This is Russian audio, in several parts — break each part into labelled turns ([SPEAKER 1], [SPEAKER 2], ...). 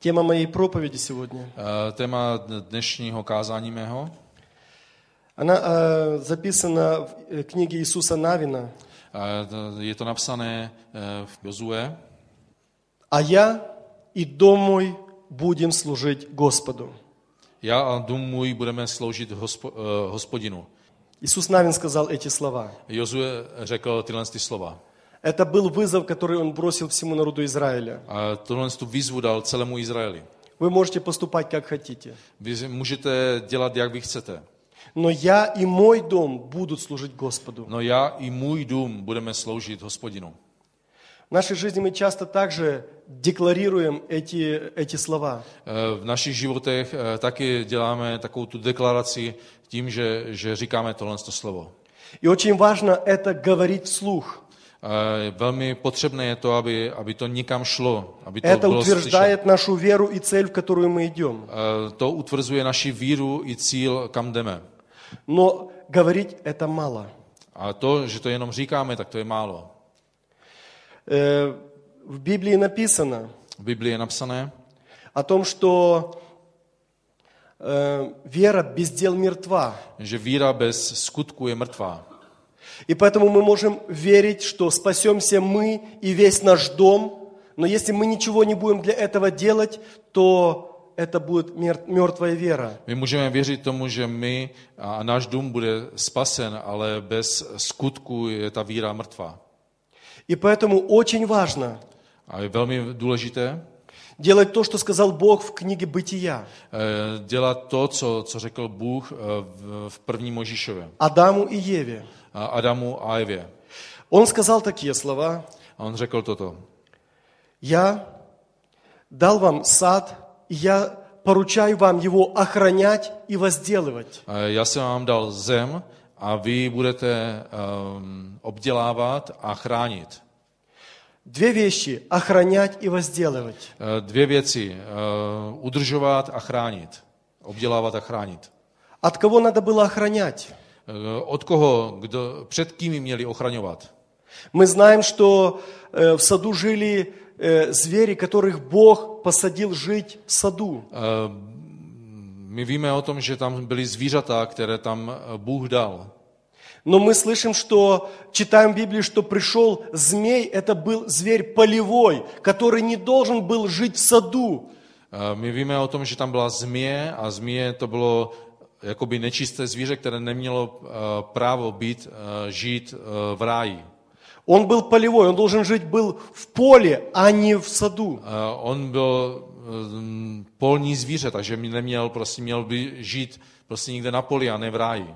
[SPEAKER 1] Тема моей проповеди сегодня,
[SPEAKER 2] Eh, Téma d- dnešního kázání mého
[SPEAKER 1] она э, записана в э, книге Иисуса Навина.
[SPEAKER 2] eh, t- je to napsané eh, v Jozue.
[SPEAKER 1] «А я и дом мой будем служить Господу».
[SPEAKER 2] Já a dům můj budeme sloužit hospo, eh, hospodinu.
[SPEAKER 1] Иисус Навин сказал эти слова.
[SPEAKER 2] Jozue řekl tyhle ty slova.
[SPEAKER 1] Это был вызов, который он бросил всему народу Израиля.
[SPEAKER 2] A tuhle tu výzvu dal celému Izraeli.
[SPEAKER 1] Вы можете поступать как хотите,
[SPEAKER 2] Vy můžete dělat, jak vy chcete.
[SPEAKER 1] но я и мой дом будут служить Господу.
[SPEAKER 2] No já i můj dům budeme sloužit hospodinu.
[SPEAKER 1] В нашей жизни мы часто также декларируем эти, эти слова.
[SPEAKER 2] Eh, V našich životech eh, taky děláme takovou tu deklaraci tím, že, že říkáme tohle to slovo.
[SPEAKER 1] И очень важно это говорить вслух.
[SPEAKER 2] Eh, Velmi potřebné je to, aby, aby to nikam šlo, aby to
[SPEAKER 1] Это
[SPEAKER 2] bylo slyšet.
[SPEAKER 1] утверждает нашу веру и цель, в которую мы идем.
[SPEAKER 2] Eh, To utvrzuje naši víru i cíl, kam jdeme.
[SPEAKER 1] Но говорить это мало.
[SPEAKER 2] A to, že to jenom říkáme, tak to je málo.
[SPEAKER 1] Э, В Библии написано
[SPEAKER 2] V Biblii je napsané,
[SPEAKER 1] о том, что э, вера без дел мертва.
[SPEAKER 2] že víra bez skutku je mrtvá.
[SPEAKER 1] И поэтому мы можем верить, что спасемся мы и весь наш дом, но если мы ничего не будем для этого делать, то это будет мер- мертвая вера.
[SPEAKER 2] My můžeme věřit tomu, že my a náš dům bude spasen, ale bez skutku je ta víra mrtvá.
[SPEAKER 1] И поэтому очень важно
[SPEAKER 2] A je velmi důležité
[SPEAKER 1] делать то, что сказал Бог в книге «Бытия»
[SPEAKER 2] eh, dělat to, co, co řekl Bůh eh, v- v první Možíšově,
[SPEAKER 1] Адаму и Еве.
[SPEAKER 2] a Adamu a Evě.
[SPEAKER 1] Он сказал такие слова
[SPEAKER 2] A on řekl toto.
[SPEAKER 1] «Я дал вам сад, и я поручаю вам его охранять и возделывать».
[SPEAKER 2] Eh, Já jsem vám dal zem a vy ji budete um, obdělávat a chránit.
[SPEAKER 1] Две вещи – охранять и возделывать.
[SPEAKER 2] Eh, Dvě věci. eh, Udržovat a chránit. Obdělávat a chránit.
[SPEAKER 1] От кого надо было охранять?
[SPEAKER 2] Eh, Od koho, kdo, před kým ji měli ochraňovat?
[SPEAKER 1] Мы знаем, что э, в саду жили э, звери, которых Бог посадил жить в саду.
[SPEAKER 2] My víme o tom, že tam byly zvířata, které tam eh, Bůh dal.
[SPEAKER 1] Но мы слышим, что читаем в Библии, что пришел змей, это был зверь полевой, который не должен был жить в саду.
[SPEAKER 2] Eh, My víme o tom, že tam byla zmije a zmije to bylo eh, jakoby nečisté zvíře, které nemělo eh, právo být, eh, žít eh, v ráji.
[SPEAKER 1] Он был полевой, он должен жить был в поле, а не в саду.
[SPEAKER 2] Eh, On byl eh, polní zvíře, takže mi neměl, prostě měl by žít prostě někde na poli a ne v ráji. Eh,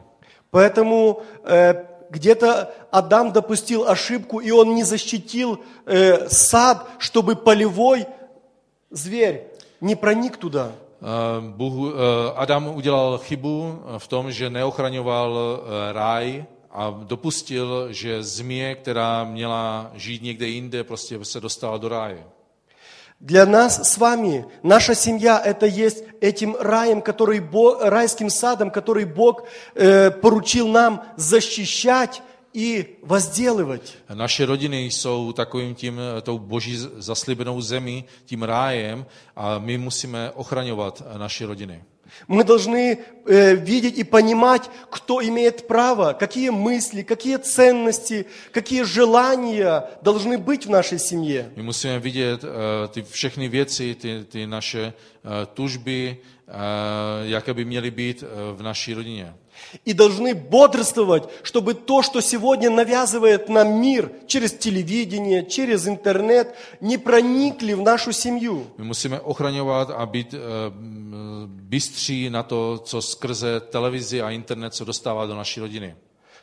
[SPEAKER 1] Поэтому э, где-то Адам допустил ошибку, и он не защитил э, сад, чтобы полевой зверь не проник туда.
[SPEAKER 2] Eh, Bůh, eh, Adam udělal chybu eh, v tom, že neochraňoval eh, ráj a dopustil, že zmije, která měla žít někde jinde, prostě se dostala do ráje.
[SPEAKER 1] Для нас с вами, наша семья, это есть этим раем, который Бог, райским садом, который Бог э, поручил нам защищать и возделывать.
[SPEAKER 2] Naše rodiny jsou takovým tím, eh, tou boží z- zaslíbenou zemí, tím rájem a my musíme ochraňovat eh, naše rodiny.
[SPEAKER 1] Мы должны э, видеть и понимать, кто имеет право, какие мысли, какие ценности, какие желания должны быть в нашей семье.
[SPEAKER 2] My musíme vidět eh, ty všechny věci, ty, ty naše eh, tužby, eh, jaké by měly být eh, v naší rodině.
[SPEAKER 1] И должны бодрствовать, чтобы то, что сегодня навязывает нам мир через телевидение, через интернет, не проникли в нашу семью.
[SPEAKER 2] My musíme ochraňovat a být eh, m, bystří na to, co skrze televizi a internet se dostává do naší rodiny.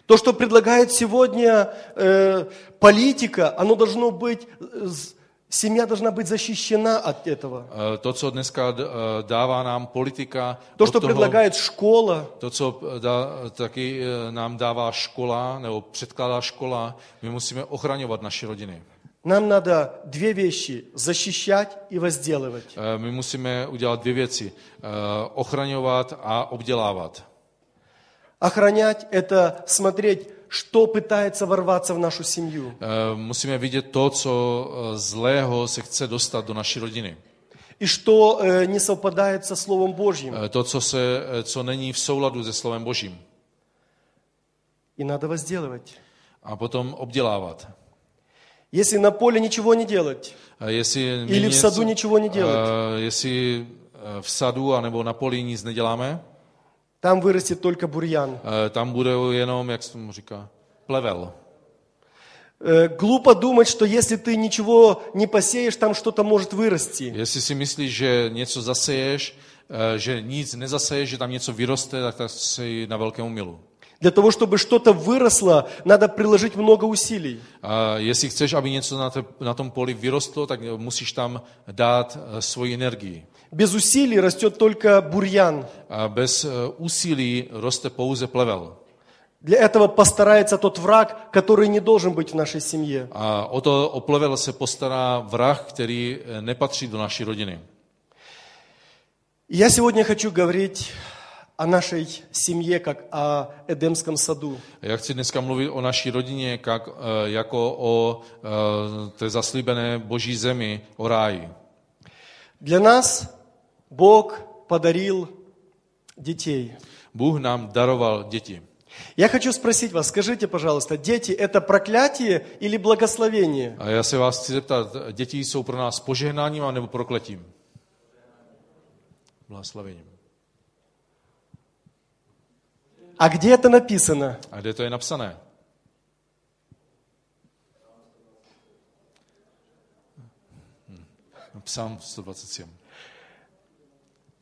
[SPEAKER 1] То, что предлагает сегодня э, политика, оно должно быть, э, с- семья должна быть защищена от этого.
[SPEAKER 2] Eh, To, co dneska d- eh, dává nám politika,
[SPEAKER 1] То,
[SPEAKER 2] od
[SPEAKER 1] что
[SPEAKER 2] toho,
[SPEAKER 1] предлагает школа,
[SPEAKER 2] to, co eh, dá, taky eh, nám dává škola nebo předkládá škola, my musíme ochraňovat naše rodiny.
[SPEAKER 1] нам надо две вещи – защищать и возделывать.
[SPEAKER 2] Eh, My musíme udělat dvě věci. Eh, Ochraňovat a obdělávat. Eh,
[SPEAKER 1] Охранять – это смотреть, что пытается ворваться в нашу семью.
[SPEAKER 2] Eh, Musíme vidět to, co eh, zlého se chce dostat do naší rodiny.
[SPEAKER 1] и что э, не совпадает со Словом Божьим.
[SPEAKER 2] Eh, to, co, se, eh, co není v souladu se slovem Božím.
[SPEAKER 1] И надо возделывать.
[SPEAKER 2] A potom obdělávat.
[SPEAKER 1] Если на поле ничего не делать,
[SPEAKER 2] Eh, Jestli my
[SPEAKER 1] или в
[SPEAKER 2] něco-
[SPEAKER 1] саду ничего не делать,
[SPEAKER 2] Eh, jestli eh, v sadu anebo na poli nic neděláme,
[SPEAKER 1] там вырастет только бурьян.
[SPEAKER 2] eh, tam bude jenom, jak se tomu říká, plevel.
[SPEAKER 1] Э, глупо думать, что если ты ничего не посеешь, там что-то может вырасти.
[SPEAKER 2] Jestli si myslíš, že něco zaseješ, eh, že nic nezaseješ, že tam něco vyroste, tak, tak si na velkém umilu.
[SPEAKER 1] Для того, чтобы что-то выросло, надо приложить много усилий.
[SPEAKER 2] A jestli chceš, aby něco na, te, na tom poli vyrostlo, tak musíš tam dát eh, svoji energii.
[SPEAKER 1] Без усилий растет только бурьян.
[SPEAKER 2] A bez eh, úsilí roste pouze plevel.
[SPEAKER 1] Для этого постарается тот враг, который не должен быть в našей семье.
[SPEAKER 2] A o to o plevel se postará vrah, který eh, nepatří do naší rodiny.
[SPEAKER 1] И Я сегодня хочу говорить о нашей семье, как о Эдемском саду.
[SPEAKER 2] Já chci dneska mluvit o naší rodině jak, eh, jako o eh, té zaslíbené boží zemi, o ráji.
[SPEAKER 1] Для нас Бог подарил детей.
[SPEAKER 2] Bůh nám daroval děti.
[SPEAKER 1] Я хочу спросить вас, скажите, пожалуйста, дети – это проклятие или благословение?
[SPEAKER 2] A já se vás chci zeptat, děti jsou pro nás požehnáním nebo prokletím? Blahoslavením.
[SPEAKER 1] А где это написано?
[SPEAKER 2] A kde to je napsané? Hm. Psám 127.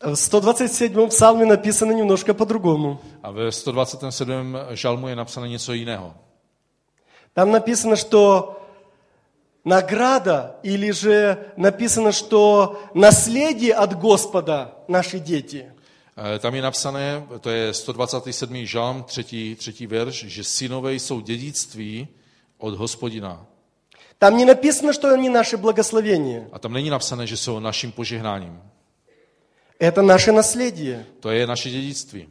[SPEAKER 1] В 127-м псалме написано немножко по-другому.
[SPEAKER 2] A ve 127. žalmu je napsané něco jiného.
[SPEAKER 1] Там написано, что награда, или же написано, что наследие от Господа наши дети.
[SPEAKER 2] Eh, Tam je napsané, to je 127. žalm, třetí, třetí verš, že synové jsou dědictví od hospodina.
[SPEAKER 1] Там не написано, что они наши благословения.
[SPEAKER 2] A tam není napsané, že jsou naším požehnáním.
[SPEAKER 1] Это наше наследие.
[SPEAKER 2] To je naše dědictví.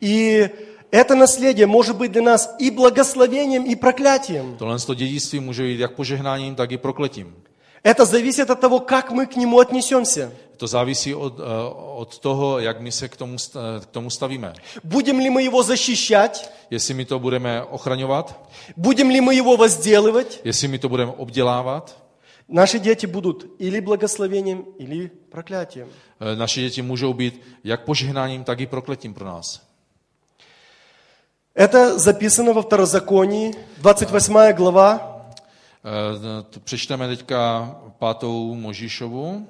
[SPEAKER 1] И это наследие может быть для нас и благословением, и проклятием.
[SPEAKER 2] Tohle to dědictví může být jak požehnáním, tak i prokletím.
[SPEAKER 1] Это зависит от того, как мы k нему отнесемся.
[SPEAKER 2] To závisí od, eh, od toho, jak my se k tomu, sta- k tomu stavíme.
[SPEAKER 1] Будем ли мы его защищать?
[SPEAKER 2] Jestli my to budeme ochraňovat,
[SPEAKER 1] Будем ли мы его возделывать?
[SPEAKER 2] jestli my to budeme obdělávat,
[SPEAKER 1] Наши дети будут или благословением, или проклятием.
[SPEAKER 2] eh, naše děti můžou být jak požehnáním, tak i prokletím pro nás.
[SPEAKER 1] Это записано во Второзаконии, 28 глава,
[SPEAKER 2] Eh, t- Přečteme teďka pátou Možíšovu,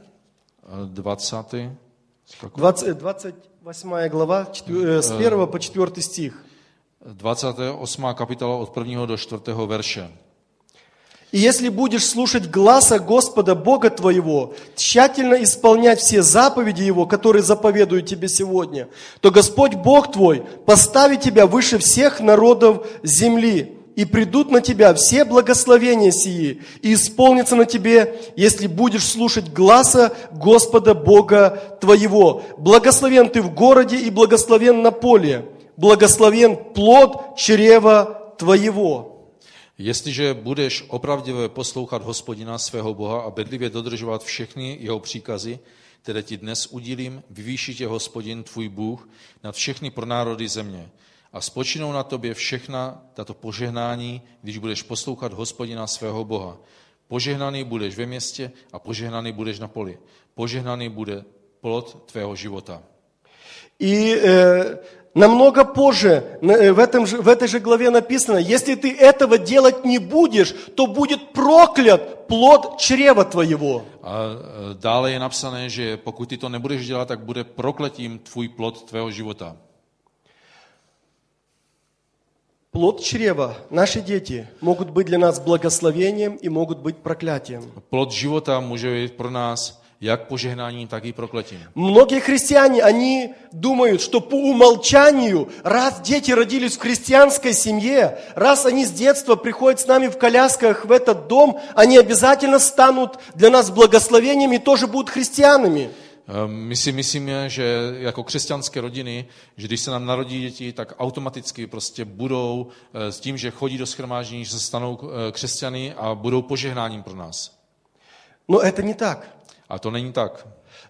[SPEAKER 2] eh, 20. skako-
[SPEAKER 1] 20, 28 глава, четвё- э, с 1 по 4 stих.
[SPEAKER 2] 28. kapitola od 1. do 4. verše.
[SPEAKER 1] «И если будешь слушать гласа Господа Бога твоего, тщательно исполнять все заповеди Его, которые заповедую тебе сегодня, то Господь Бог твой поставит тебя выше всех народов земли, и придут на тебя все благословения сии, и исполнится на тебе, если будешь слушать гласа Господа Бога твоего. Благословен ты в городе и благословен на поле, благословен плод чрева твоего».
[SPEAKER 2] Jestliže budeš opravdivě poslouchat hospodina svého Boha a bedlivě dodržovat všechny jeho příkazy, které ti dnes udílím, vyvýší tě hospodin tvůj Bůh nad všechny pronárody země. A spočinou na tobě všechna tato požehnání, když budeš poslouchat hospodina svého Boha. Požehnaný budeš ve městě a požehnaný budeš na poli. Požehnaný bude plod tvého života.
[SPEAKER 1] И э, намного позже на- э, в, этом же, в этой же главе написано, если ты этого делать не будешь, то будет проклят плод чрева твоего.
[SPEAKER 2] A eh, dále je napsané, že pokud ty to nebudeš dělat, tak bude prokletím tvůj plod tvého života.
[SPEAKER 1] Плод чрева, наши дети, могут быть для нас благословением и могут быть проклятием.
[SPEAKER 2] Plod života může být pro nás jak požehnáním, tak i prokletím.
[SPEAKER 1] Многие христиане, они думают, что по умолчанию, раз дети родились в христианской семье, раз они с детства приходят с нами в колясках в этот дом, они обязательно станут для нас благословением и тоже будут христианами.
[SPEAKER 2] Eh, My si myslíme, že jako křesťanské rodiny, že když se nám narodí děti, tak automaticky prostě budou eh, s tím, že chodí do schromáždění, že se stanou eh, křesťany a budou požehnáním pro nás.
[SPEAKER 1] Но это не так.
[SPEAKER 2] Ale A to není tak.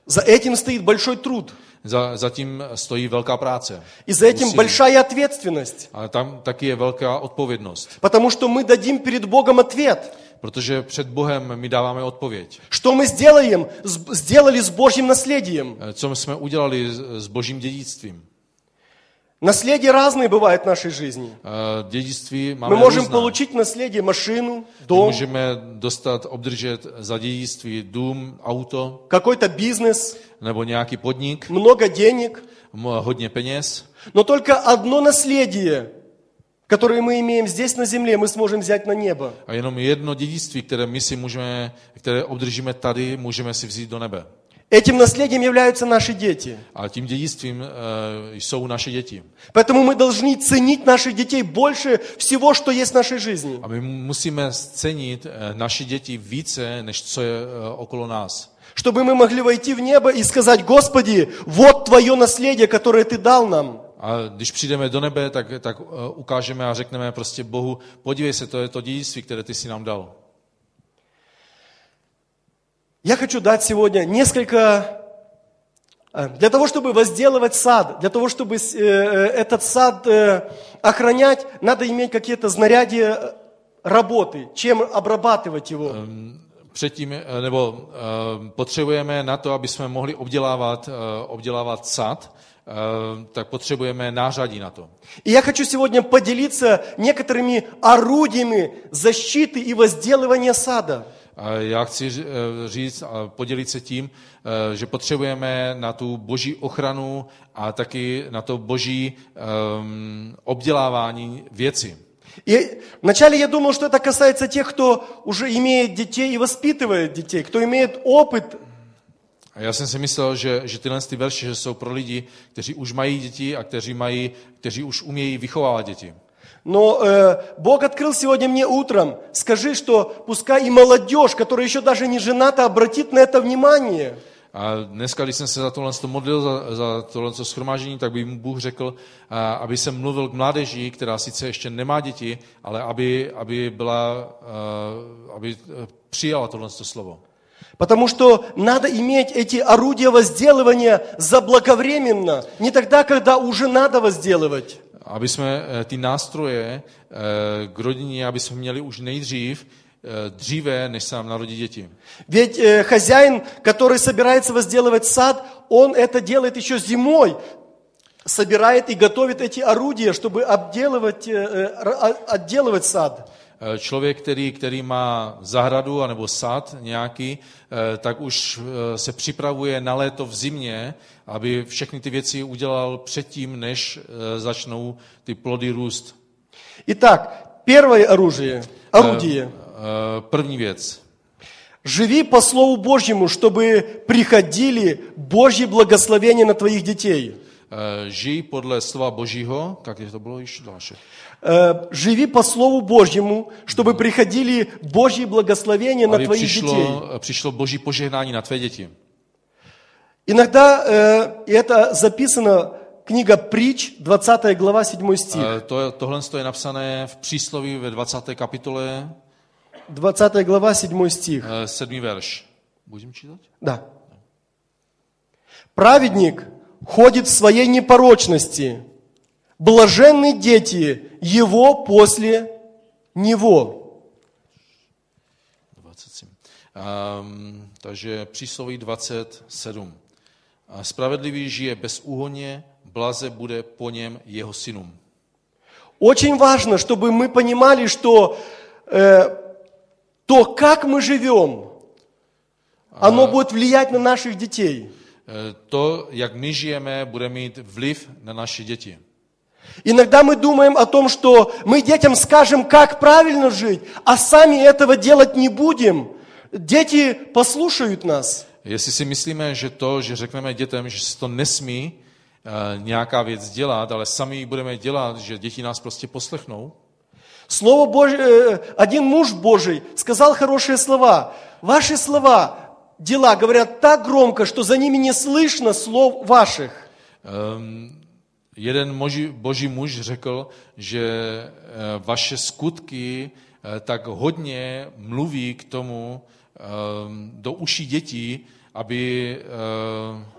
[SPEAKER 1] За этим стоит большой труд.
[SPEAKER 2] Za, zatím stojí velká práce.
[SPEAKER 1] И за этим
[SPEAKER 2] Усилие.
[SPEAKER 1] большая ответственность.
[SPEAKER 2] A tam taky je velká odpovědnost.
[SPEAKER 1] Потому что мы дадим перед Богом ответ.
[SPEAKER 2] Protože před Bohem my dáváme odpověď.
[SPEAKER 1] Что мы сделаем, с- сделали с Божьим наследием.
[SPEAKER 2] Eh, Co jsme udělali s- s božím dědictvím?
[SPEAKER 1] Наследие разные бывает в нашей жизни.
[SPEAKER 2] Eh, Dědictví máme
[SPEAKER 1] Мы можем
[SPEAKER 2] různá.
[SPEAKER 1] получить наследие машину,
[SPEAKER 2] My
[SPEAKER 1] дом,
[SPEAKER 2] Můžeme dostat, obdržet za dědictví dům, auto
[SPEAKER 1] какой-то бизнес,
[SPEAKER 2] nebo nějaký podnik,
[SPEAKER 1] много денег.
[SPEAKER 2] m- hodně peněz.
[SPEAKER 1] Но только одно наследие, которое мы имеем здесь на земле, мы сможем взять на небо.
[SPEAKER 2] A jenom jedno dědictví, které my si můžeme, které obdržíme tady, můžeme si vzít do nebe.
[SPEAKER 1] Этим наследием являются наши дети.
[SPEAKER 2] A tím dědictvím eh, jsou naše děti.
[SPEAKER 1] Поэтому мы должны ценить наших детей больше всего, что есть в нашей жизни.
[SPEAKER 2] A my musíme cenit eh, naše děti více, než co je eh, okolo nás.
[SPEAKER 1] Чтобы мы могли войти в небо и сказать, Господи, вот Твое наследие, которое Ты дал нам.
[SPEAKER 2] A když přijdeme do nebe, tak, tak eh, ukážeme a řekneme prostě Bohu, podívej se, to je to dědictví, které ty si nám dal.
[SPEAKER 1] Я хочу дать сегодня несколько... э, Для того, чтобы возделывать сад, для того, чтобы с- э, э, этот сад э, охранять, надо иметь какие-то знарядия э, работы, чем обрабатывать его.
[SPEAKER 2] Předtím, eh, nebo eh, potřebujeme na to, aby jsme mohli obdělávat, eh, obdělávat sad, eh, tak potřebujeme nářadí na to.
[SPEAKER 1] И я хочу сегодня поделиться некоторыми орудиями защиты и возделывания сада.
[SPEAKER 2] A já chci ř- eh, říct a podělit se tím, eh, že potřebujeme na tu boží ochranu a taky na to boží ehm, obdělávání věci.
[SPEAKER 1] И вначале я думал, что это касается тех, кто уже имеет детей и воспитывает детей, кто имеет опыт.
[SPEAKER 2] A já jsem si myslel, že, že tyhle ty verše že jsou pro lidi, kteří už mají děti a kteří, mají, kteří už umějí vychovávat děti.
[SPEAKER 1] Но э, Бог открыл сегодня мне утром. Скажи, что пускай и молодежь, которая еще даже не жената, обратит на это внимание.
[SPEAKER 2] A dneska, když jsem se za tohle to modlil, za, za tohle to schromážení, tak by mu Bůh řekl, a, aby jsem mluvil k mládeži, která sice ještě nemá děti, ale aby, aby, byla, a, aby eh, přijala tohle to slovo.
[SPEAKER 1] Потому что надо иметь эти орудия возделывания заблаговременно, не тогда, когда уже надо возделывать.
[SPEAKER 2] Aby jsme eh, ty nástroje eh, k rodině, aby jsme měli už nejdřív, eh, dříve, než se nám narodí děti.
[SPEAKER 1] Ведь э, хозяин, который собирается возделывать сад, он это делает еще зимой. Собирает и готовит эти орудия, чтобы обделывать, э, э, р- а- отделывать сад.
[SPEAKER 2] Eh, Člověk, který, který má zahradu anebo sad nějaký, eh, tak už eh, se připravuje na léto v zimě, aby všechny ty věci udělal předtím, než eh, začnou ty plody růst.
[SPEAKER 1] Итак, первое оружие, орудие.
[SPEAKER 2] Eh, První věc.
[SPEAKER 1] Живи по Слову Божьему, чтобы приходили Божьи благословения на твоих детей.
[SPEAKER 2] Eh, Žij podle slova Božího, jak je to bylo již další.
[SPEAKER 1] Э, Живи по Слову Божьему, чтобы приходили Божьи благословения на
[SPEAKER 2] Aby
[SPEAKER 1] твоих детей.
[SPEAKER 2] přišlo, eh, přišlo Boží požehnání na tvé děti.
[SPEAKER 1] Иногда, э, и это записано, книга Притч, 20 глава, 7 стих.
[SPEAKER 2] Eh, To, je- tohle je napsané v přísloví ve 20. kapitole
[SPEAKER 1] 20 глава, 7 стих.
[SPEAKER 2] eh, 7. verš. Budem čítat?
[SPEAKER 1] Да. Праведник ходит в своей непорочности. Блаженны дети его после него.
[SPEAKER 2] 27. Um, takže přísloví 27. A Spravedlivý žije bezúhonně, blaze bude po něm jeho synům.
[SPEAKER 1] Очень важно, чтобы мы понимали, что э, то, как мы живем, оно будет влиять на наших детей.
[SPEAKER 2] Eh, To, jak my žijeme, bude mít vliv na naše děti.
[SPEAKER 1] Иногда мы думаем о том, что мы детям скажем, как правильно жить, а сами этого делать не будем. Дети послушают нас.
[SPEAKER 2] Jestli si myslíme, že to, že řekneme dětem, že se to nesmí eh, nějaká věc dělat, ale sami ji budeme dělat, že děti nás prostě poslechnou.
[SPEAKER 1] Слово Божье, э, один муж Божий сказал хорошие слова. Ваши слова, дела говорят так громко, что за ними не слышно слов ваших.
[SPEAKER 2] Ehm, jeden moži, boží muž řekl, že eh, vaše skutky eh, tak hodně mluví k tomu ehm, do uší dětí, aby... eh,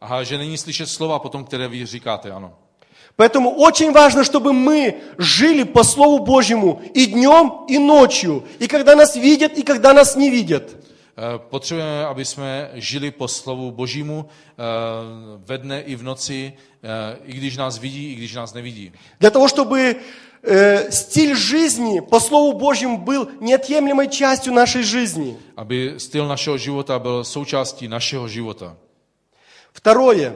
[SPEAKER 2] Aha, že není slyšet slova potom, které vy říkáte, ano.
[SPEAKER 1] Поэтому очень важно, чтобы мы жили по Слову Божьему и днем, и ночью, и когда нас видят, и когда нас не видят.
[SPEAKER 2] Eh, Potřebujeme, aby jsme žili po slovu Božímu eh, ve dne i v noci, eh, i když nás vidí, i když nás nevidí.
[SPEAKER 1] Для того, чтобы э, стиль жизни по Слову Божьему был неотъемлемой частью нашей жизни.
[SPEAKER 2] Aby styl našeho života byl součástí našeho života.
[SPEAKER 1] Второе.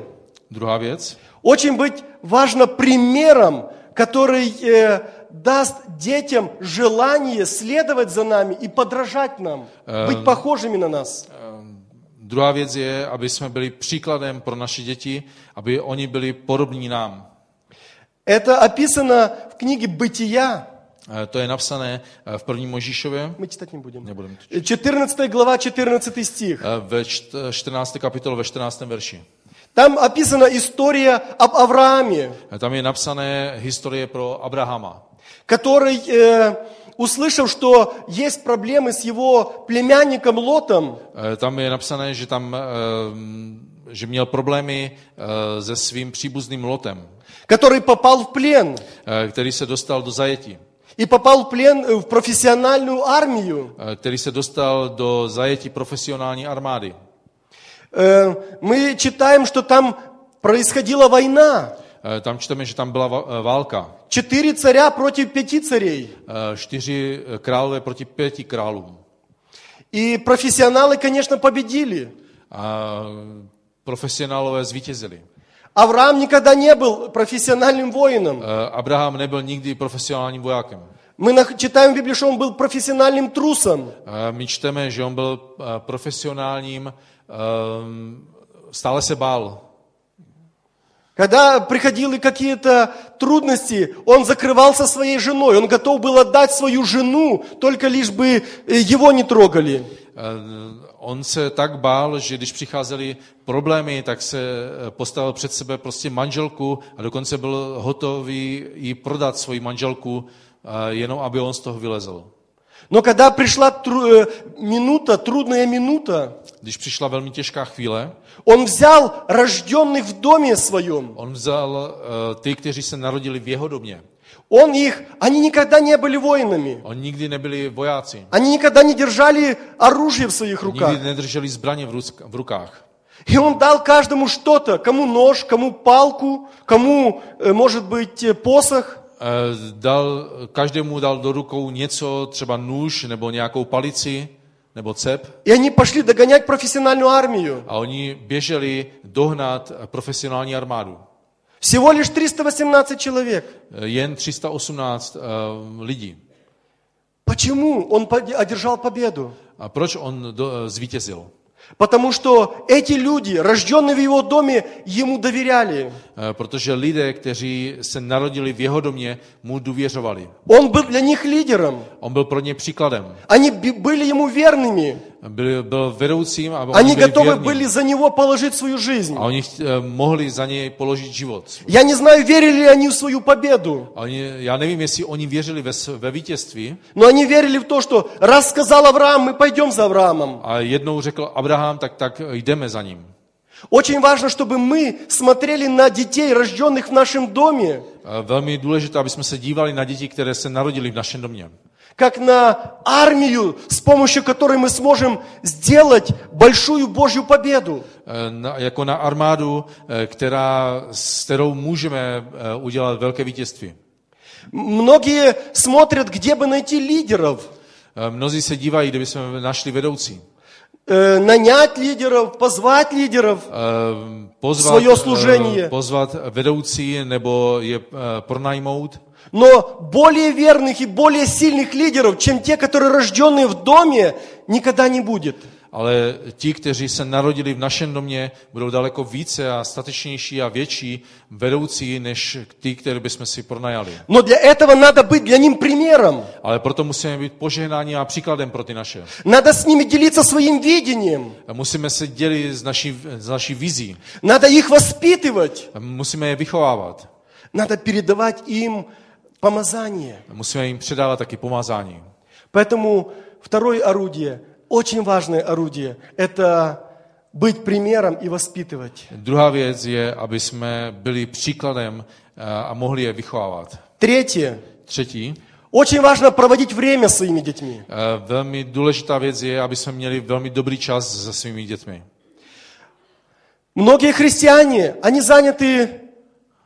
[SPEAKER 2] Druhá věc,
[SPEAKER 1] Очень быть важно примером, который э, даст детям желание следовать за нами и подражать нам, быть похожими на нас.
[SPEAKER 2] druhá věc je, aby jsme byli příkladem pro naše děti, aby oni byli podobní nám.
[SPEAKER 1] Это описано в книге «Бытия».
[SPEAKER 2] Eh, To je napsané eh, v první Možíšově,
[SPEAKER 1] Мы читать не будем.
[SPEAKER 2] Nebudeme to
[SPEAKER 1] 14 глава, 14
[SPEAKER 2] eh,
[SPEAKER 1] стих.
[SPEAKER 2] ve čt- 14. kapitolu, ve 14. verši.
[SPEAKER 1] Там описана история об Аврааме,
[SPEAKER 2] Eh, Tam je napsané historie pro Abrahama.
[SPEAKER 1] который, э, услышав, что есть проблемы с его племянником Лотом,
[SPEAKER 2] Eh, Tam je napsané, že tam eh, že měl problémy eh, se svým příbuzným lotem,
[SPEAKER 1] который попал в плен.
[SPEAKER 2] eh, který se dostal do zajetí.
[SPEAKER 1] И попал в плен э, в профессиональную армию.
[SPEAKER 2] Eh, Který se dostal do zajetí profesionální armády.
[SPEAKER 1] Э, мы читаем, что там происходила война.
[SPEAKER 2] Eh, Tam čteme, že tam byla va- eh, válka.
[SPEAKER 1] Четыре царя против пяти царей.
[SPEAKER 2] Eh, Čtyři eh, králové proti pěti králům.
[SPEAKER 1] И профессионалы, конечно, победили.
[SPEAKER 2] A profesionálové zvítězili.
[SPEAKER 1] Авраам никогда не был профессиональным воином.
[SPEAKER 2] Eh, Abraham nebyl никdy profesionálním vojákem.
[SPEAKER 1] Мы нах- читаем в Библии, что он был профессиональным трусом.
[SPEAKER 2] Eh, My čteme, že on byl eh, profesionálním, ehm, stále se bál.
[SPEAKER 1] Когда приходили какие-то трудности, он закрывался своей женой. Он готов был отдать свою жену, только лишь бы э, его не трогали.
[SPEAKER 2] Eh, On se tak bál, že když přicházely problémy, tak se eh, postavil před sebe prostě manželku a dokonce byl hotový ji prodat svoji manželku, eh, jenom aby on z toho vylezl.
[SPEAKER 1] Но когда пришла тру- э, минута, трудная минута,
[SPEAKER 2] Když přišla velmi těžká chvíle,
[SPEAKER 1] Он взял рожденных в доме своем.
[SPEAKER 2] on vzal eh, ty, kteří se narodili v jeho domě.
[SPEAKER 1] Он их, они никогда не были воинами.
[SPEAKER 2] Oni nikdy nebyli vojáci,
[SPEAKER 1] Они никогда не держали оружие в своих
[SPEAKER 2] nikdy
[SPEAKER 1] руках.
[SPEAKER 2] nedrželi zbraně v rusk- v rukách.
[SPEAKER 1] И он дал каждому что-то. Кому нож, кому палку, кому, э, может быть, э, посох.
[SPEAKER 2] Eh, dal, každému dal do rukou něco, třeba nůž nebo nějakou palici nebo cep
[SPEAKER 1] И они пошли догонять профессиональную армию.
[SPEAKER 2] a oni běželi dohnat profesionální armádu.
[SPEAKER 1] Всего лишь 318 человек.
[SPEAKER 2] Eh, Jen 318 eh, lidí.
[SPEAKER 1] Почему он по- одержал победу?
[SPEAKER 2] A proč on do, eh, zvítězil?
[SPEAKER 1] Потому что эти люди, рожденные в его доме, ему доверяли.
[SPEAKER 2] Eh, Protože lidé, kteří se narodili v jeho domě, mu důvěřovali.
[SPEAKER 1] Он был для них лидером.
[SPEAKER 2] On byl pro ně příkladem.
[SPEAKER 1] Они би- были ему верными.
[SPEAKER 2] Byl, byl vedoucím a oni
[SPEAKER 1] Они
[SPEAKER 2] byli
[SPEAKER 1] готовы
[SPEAKER 2] věrní.
[SPEAKER 1] были за него положить свою жизнь.
[SPEAKER 2] A oni eh, mohli za něj položit život.
[SPEAKER 1] Я не знаю, верили ли они в свою побеdu,
[SPEAKER 2] A Oni, já nevím, jestli oni věřili ve, s- ve vítězství,
[SPEAKER 1] но они верили в то, что раз сказал Авраам, мы пойдем за Авраамом.
[SPEAKER 2] A jednou řekl Abraham, tak, tak jdeme za ním.
[SPEAKER 1] Очень важно, чтобы мы смотрели на детей, рожденных в нашем доме,
[SPEAKER 2] Eh, Velmi důležité, aby jsme se dívali na děti, které se narodily v našem domě.
[SPEAKER 1] как на армию, с помощью которой мы сможем сделать большую Божью победу.
[SPEAKER 2] Eh, Na, jako na armádu, eh, která, s kterou můžeme eh, udělat velké vítězství. Eh,
[SPEAKER 1] Многие смотрят, где бы найти лидеров,
[SPEAKER 2] Eh, Mnozí se dívají, kdyby jsme našli vedoucí. Eh,
[SPEAKER 1] э, нанять лидеров, позвать лидеров.
[SPEAKER 2] Eh, Pozvat,
[SPEAKER 1] Svoje
[SPEAKER 2] eh,
[SPEAKER 1] služenie.
[SPEAKER 2] pozvat vedoucí nebo je eh, pronajmout.
[SPEAKER 1] Но более верных и более сильных лидеров, чем те, которые рожденные в доме, никогда не будет.
[SPEAKER 2] Ale ti, kteří se narodili v našem domě, budou daleko více a statečnější a větší vedoucí, než ty, které bychom si pronajali.
[SPEAKER 1] Но для этого надо быть для них примером.
[SPEAKER 2] Ale proto musíme být požehnáním a příkladem pro ty naše.
[SPEAKER 1] Надо с ними делиться своим видением.
[SPEAKER 2] Musíme se dělit z naší, z naší vizí.
[SPEAKER 1] Надо их воспитывать.
[SPEAKER 2] Musíme je vychovávat.
[SPEAKER 1] Надо передавать им помазание.
[SPEAKER 2] Musíme jim předávat taky pomazání.
[SPEAKER 1] Поэтому второе орудие – очень важное орудие – это быть примером и воспитывать.
[SPEAKER 2] Druhá věc je, aby jsme byli příkladem eh, a mohli je vychovávat.
[SPEAKER 1] Третье
[SPEAKER 2] Třetí,
[SPEAKER 1] Очень важно проводить время с своими детьми.
[SPEAKER 2] eh, velmi důležitá věc je, aby jsme měli velmi dobrý čas se svými dětmi.
[SPEAKER 1] Многие христиане, они заняты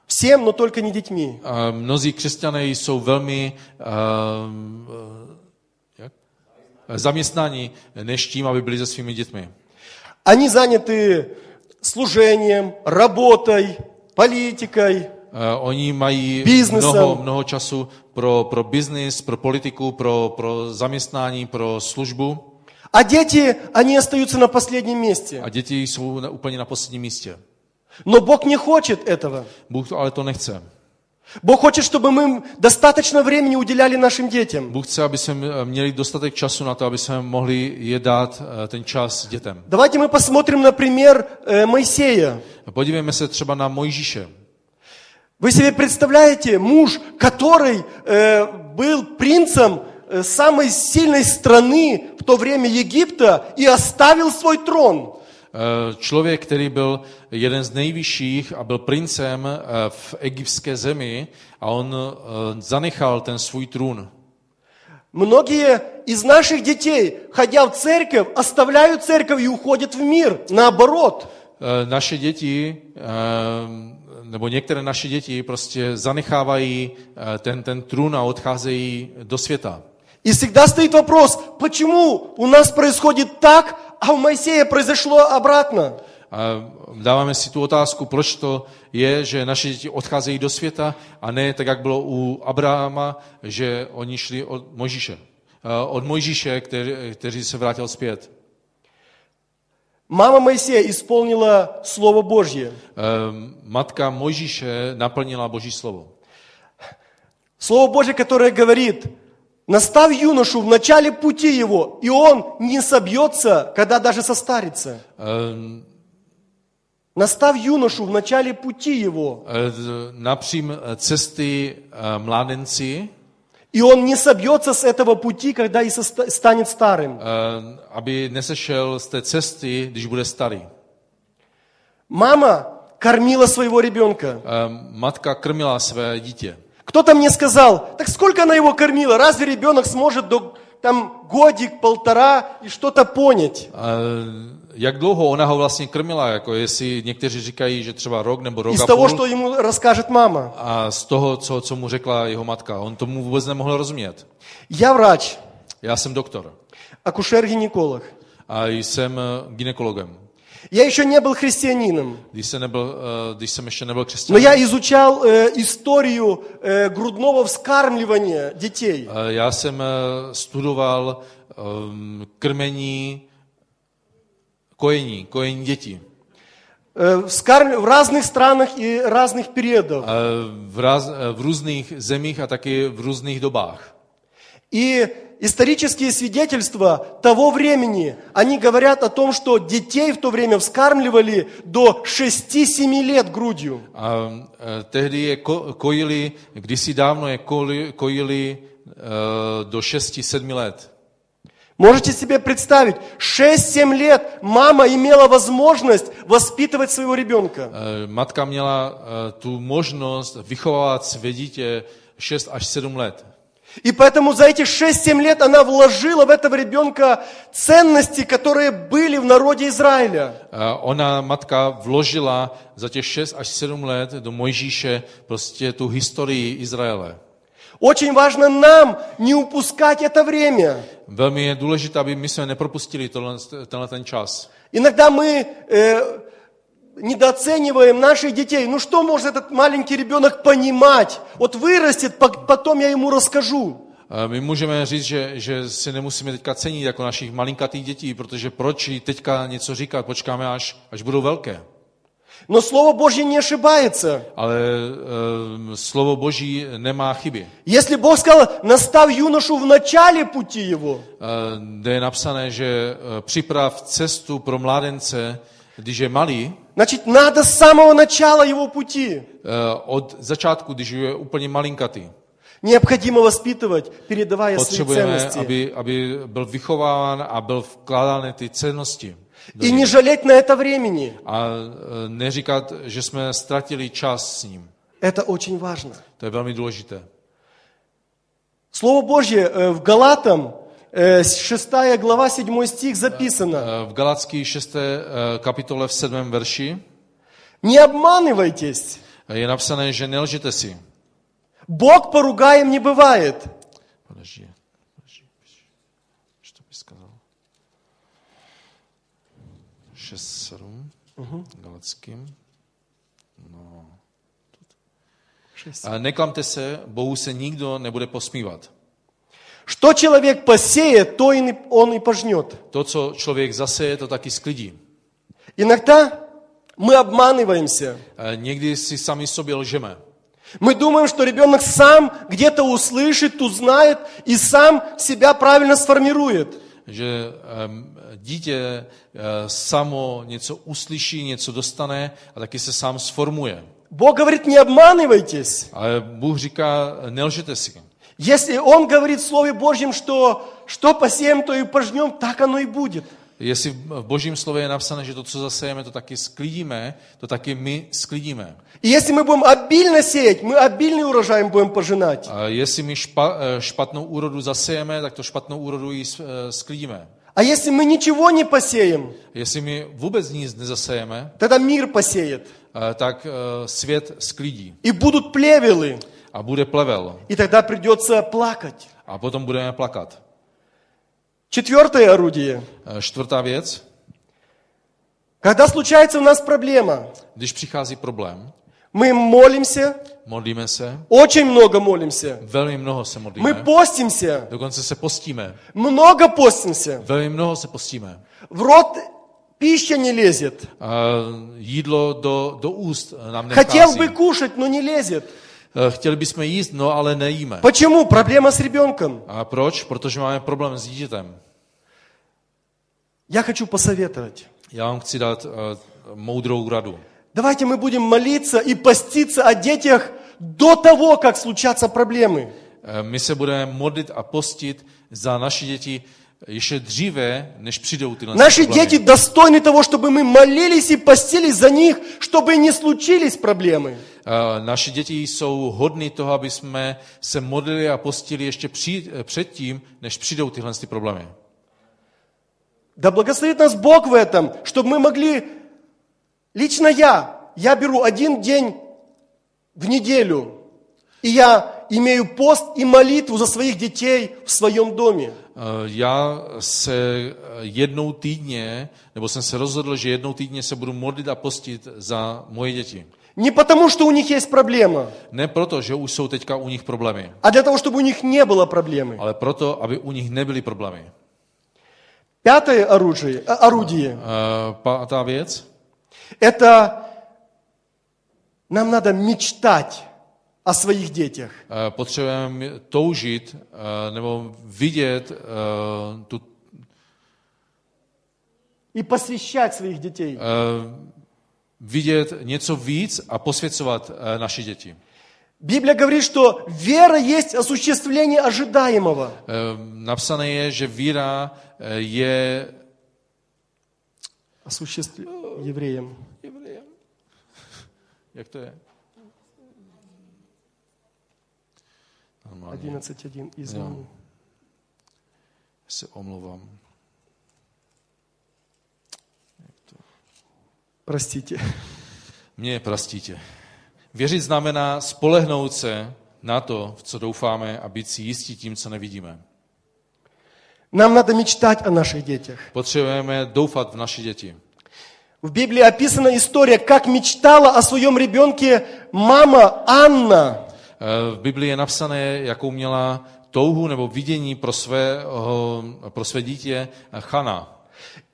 [SPEAKER 1] всем, но только не детьми.
[SPEAKER 2] Eh, Mnozí křesťané jsou velmi ehm, eh, jak? zaměstnaní než tím, aby byli se svými dětmi.
[SPEAKER 1] Они заняты служением, работой, политикой.
[SPEAKER 2] Eh, Oni mají
[SPEAKER 1] Biznesem.
[SPEAKER 2] mnoho, mnoho času pro, pro biznis, pro politiku, pro, pro zaměstnání, pro službu
[SPEAKER 1] А дети, они остаются на последнем месте.
[SPEAKER 2] a děti jsou na, úplně na posledním místě.
[SPEAKER 1] Но Бог не хочет этого.
[SPEAKER 2] Bůh to ale to nechce.
[SPEAKER 1] Бог хочет, чтобы мы достаточно времени уделяли našim детям.
[SPEAKER 2] Bůh chce, aby jsme měli dostatek času na to, aby jsme mohli je dát eh, ten čas dětem.
[SPEAKER 1] Давайте мы посмотрим на пример э, Моисея.
[SPEAKER 2] Podívejme se třeba na Mojžíše.
[SPEAKER 1] Вы себе представляете, муж, который э, был принцем э, самой сильной страны в то время Египта и оставил свой трон.
[SPEAKER 2] Eh, Člověk, který byl jeden z nejvyšších a byl princem eh, v egyptské zemi a on eh, zanechal ten svůj trůn.
[SPEAKER 1] Многие из наших детей, ходя в церковь, оставляют церковь и уходят в мир. Наоборот.
[SPEAKER 2] Eh, Naše děti, eh, nebo některé naše děti prostě zanechávají eh, ten, ten trůn a odcházejí do světa.
[SPEAKER 1] И всегда стоит вопрос, почему у нас происходит так, а у Моисея произошло обратно.
[SPEAKER 2] A dáváme si tu otázku, proč to je, že naše děti odcházejí do světa a ne tak, jak bylo u Abrahama, že oni šli od Mojžíše. Eh, Od Mojžíše, který, který se vrátil zpět.
[SPEAKER 1] Мама Моисея исполнила Слово Божье.
[SPEAKER 2] Ehm, Matka Mojžíše naplnila Boží slovo. Eh,
[SPEAKER 1] Слово Божье, которое говорит, настав юношу в начале пути его, и он не собьется, когда даже состарится.
[SPEAKER 2] Ehm,
[SPEAKER 1] Настав юношу в начале пути его,
[SPEAKER 2] eh, Napřím eh, cesty eh, mládenci,
[SPEAKER 1] и он не собьется с этого пути, когда и соста- станет старым.
[SPEAKER 2] eh, aby nesešel z té cesty, když bude starý. Eh,
[SPEAKER 1] Мама кормила своего ребенка.
[SPEAKER 2] Ehm, Matka krmila své dítě.
[SPEAKER 1] Кто-то мне сказал, так сколько она его кормила? Разве ребенок сможет до там годик, полтора и что-то понять?
[SPEAKER 2] A jak dlouho ona ho vlastně krmila, jako jestli někteří říkají, že třeba rok nebo rok
[SPEAKER 1] Из
[SPEAKER 2] a
[SPEAKER 1] того,
[SPEAKER 2] půl
[SPEAKER 1] что ему расскажет мама.
[SPEAKER 2] a z toho, co, co mu řekla jeho matka. On tomu vůbec nemohl rozumět.
[SPEAKER 1] Я врач,
[SPEAKER 2] Já jsem doktor
[SPEAKER 1] акушер-гинеколог.
[SPEAKER 2] a jsem eh, ginekologem.
[SPEAKER 1] Я еще не был христианином.
[SPEAKER 2] Když jsem, nebyl, eh, když jsem ještě nebyl křesťan,
[SPEAKER 1] Но я изучал э, историю э, грудного вскармливания детей.
[SPEAKER 2] eh, já jsem eh, studoval ehm, krmení, kojení, kojení dětí.
[SPEAKER 1] Э, вскарм- В разных странах и разных периодов.
[SPEAKER 2] Eh, V, raz, eh, v různých zemích a taky v různých dobách.
[SPEAKER 1] И исторические свидетельства того времени, они говорят о том, что детей в то время вскармливали до 6-7 лет грудью.
[SPEAKER 2] A e, tehdy je ko, kojili, kdysi dávno je kojili, kojili e, do 6-7 let.
[SPEAKER 1] Можете себе представить, 6-7 лет мама имела возможность воспитывать своего ребенка.
[SPEAKER 2] E, matka měla e, tu možnost vychovávat své dítě 6 až 7 let.
[SPEAKER 1] И поэтому за эти 6-7 лет она вложила в этого ребенка ценности, которые были в народе Израиля.
[SPEAKER 2] E, ona, matka, vložila za těch 6 až 7 let do Mojžíše prostě tu historii Izraele.
[SPEAKER 1] Очень важно нам не упускать это время.
[SPEAKER 2] Velmi je důležité, aby my jsme nepropustili tohle, tenhle ten čas.
[SPEAKER 1] Иногда мы э, недооцениваем наших детей. Ну что может этот маленький ребенок понимать? Вот вырастет, пок- потом я ему расскажу.
[SPEAKER 2] E, My můžeme říct, že, že si nemusíme teďka cenit jako našich malinkatých dětí, protože proč jí teďka něco říkat, počkáme až, až budou velké.
[SPEAKER 1] Но Слово Божье не ошибается.
[SPEAKER 2] Ale e, slovo Boží nemá chyby.
[SPEAKER 1] Если Бог сказал, настав юношу в начале пути его,
[SPEAKER 2] E, kde je napsané, že e, připrav cestu pro mládence, když je malý,
[SPEAKER 1] значит, надо с самого начала его пути.
[SPEAKER 2] e, od začátku, když je úplně malinkatý.
[SPEAKER 1] Необходимо воспитывать, передавая свои
[SPEAKER 2] Potřebujeme,
[SPEAKER 1] ценности.
[SPEAKER 2] aby, aby byl vychováván a byl vkládány ty cennosti. do
[SPEAKER 1] И
[SPEAKER 2] něj.
[SPEAKER 1] не жалеть на это времени.
[SPEAKER 2] A eh, neříkat, že jsme ztratili čas s ním.
[SPEAKER 1] Это очень важно.
[SPEAKER 2] To je velmi důležité.
[SPEAKER 1] Слово Божье э, в Галатам, 6 глава, 7 стих записано.
[SPEAKER 2] Eh, V Galacký 6. kapitole v 7. verši eh,
[SPEAKER 1] Не обманывайтесь.
[SPEAKER 2] je napsané, že nelžete si.
[SPEAKER 1] Бог поругаем не бывает.
[SPEAKER 2] Подожди. подожди, подожди. Что ты сказал? 6, 7. Galackým. A neklamte se, Bohu se nikdo nebude posmívat.
[SPEAKER 1] Что человек посеет, то и не- он и пожнет.
[SPEAKER 2] To, co člověk zaseje, to taky sklidí.
[SPEAKER 1] Иногда мы обманываемся.
[SPEAKER 2] Eh, Někdy si sami sobě lžeme.
[SPEAKER 1] Мы думаем, что ребенок сам где-то услышит, узнает и сам себя правильно сформирует.
[SPEAKER 2] Že ehm, dítě eh, samo něco uslyší, něco dostane a taky se sám sformuje.
[SPEAKER 1] Бог говорит, не обманывайтесь.
[SPEAKER 2] Ale Bůh říká, nelžete si.
[SPEAKER 1] Если Он говорит в Слове Божьем, что что посеем, то и пожнем, так оно и будет.
[SPEAKER 2] Jestli v božím slově je napsané, že to, co zasejeme, to taky sklidíme, to taky my sklidíme.
[SPEAKER 1] И если мы будем обильно сеять, мы обильный урожай будем пожинать.
[SPEAKER 2] A jestli my špa, eh, špatnou úrodu zasejeme, tak to špatnou úrodu i s- eh, sklidíme.
[SPEAKER 1] А если мы ничего не посеем,
[SPEAKER 2] Jestli my vůbec nic nezasejeme,
[SPEAKER 1] тогда мир посеет.
[SPEAKER 2] eh, tak eh, svět sklidí
[SPEAKER 1] И будут плевелы.
[SPEAKER 2] a bude plevel
[SPEAKER 1] И тогда придется плакать.
[SPEAKER 2] a potom budeme plakat.
[SPEAKER 1] Четвертое орудие.
[SPEAKER 2] Eh, Čtvrtá věc,
[SPEAKER 1] Когда случается у нас проблема,
[SPEAKER 2] když přichází problém,
[SPEAKER 1] мы молимся,
[SPEAKER 2] modlíme se,
[SPEAKER 1] очень много молимся.
[SPEAKER 2] velmi mnoho se
[SPEAKER 1] Мы
[SPEAKER 2] modlíme,
[SPEAKER 1] постимся,
[SPEAKER 2] dokonce se postíme,
[SPEAKER 1] много постимся.
[SPEAKER 2] velmi mnoho se postíme.
[SPEAKER 1] В рот пища не лезет.
[SPEAKER 2] Eh, Jídlo do, do úst nám
[SPEAKER 1] Хотел
[SPEAKER 2] nechází.
[SPEAKER 1] бы кушать, но не лезет.
[SPEAKER 2] Eh, Chtěli bychom jíst, no ale nejíme.
[SPEAKER 1] Почему? Проблема с ребенком.
[SPEAKER 2] A proč? Protože máme problém s dítětem.
[SPEAKER 1] Я хочу посоветовать.
[SPEAKER 2] Já vám chci dát eh, moudrou radu.
[SPEAKER 1] Давайте мы будем молиться и поститься о детях до того, как случатся проблемы.
[SPEAKER 2] Eh, My se budeme modlit a postit za naše děti ještě dříve, než přijdou tyhle
[SPEAKER 1] Наши
[SPEAKER 2] problémy.
[SPEAKER 1] дети достойны того, чтобы мы молились и постились за них, чтобы не случились проблемы.
[SPEAKER 2] Eh, Naše děti jsou hodny toho, aby jsme se modlili a postili ještě při, eh, předtím, než přijdou tyhle ty problémy.
[SPEAKER 1] Да благословит нас Бог в этом, чтобы мы могли... Лично я, я беру один день в неделю, и я имею пост и молитву за своих детей в своем доме.
[SPEAKER 2] Eh, Já se eh, jednou týdně, nebo jsem se rozhodl, že jednou týdně se budu modlit a postit za moje děti.
[SPEAKER 1] Не потому, что у них есть проблема,
[SPEAKER 2] Ne proto, že už jsou teďka u nich problémy,
[SPEAKER 1] а для того, чтобы у них не было проблемы.
[SPEAKER 2] ale proto, aby u nich nebyly problémy.
[SPEAKER 1] Пятое оружие, э, орудие
[SPEAKER 2] Eh, Pátá věc,
[SPEAKER 1] – это нам надо мечтать о своих детях.
[SPEAKER 2] eh, potřebujeme toužit eh, nebo vidět eh, tu,
[SPEAKER 1] и посвящать своих детей.
[SPEAKER 2] eh, vidět něco víc a posvěcovat eh, naše děti.
[SPEAKER 1] Библия говорит, что вера есть осуществление ожидаемого.
[SPEAKER 2] Eh, Napsané je, že víra eh, je
[SPEAKER 1] Осуществ... евреям.
[SPEAKER 2] Evrejem. Jak to je? Normálně
[SPEAKER 1] 11.1. Извини.
[SPEAKER 2] se omlouvám.
[SPEAKER 1] Простите.
[SPEAKER 2] Mě prostítě. Věřit znamená spolehnout se na to, v co doufáme a být si jistí tím, co nevidíme.
[SPEAKER 1] Нам надо мечтать о наших детях.
[SPEAKER 2] Potřebujeme doufat v naše děti.
[SPEAKER 1] В Библии описана история, как мечтала о своем ребенке мама Анна.
[SPEAKER 2] Eh, V Biblii je napsané, jakou měla touhu nebo vidění pro, svého, pro své dítě Chana.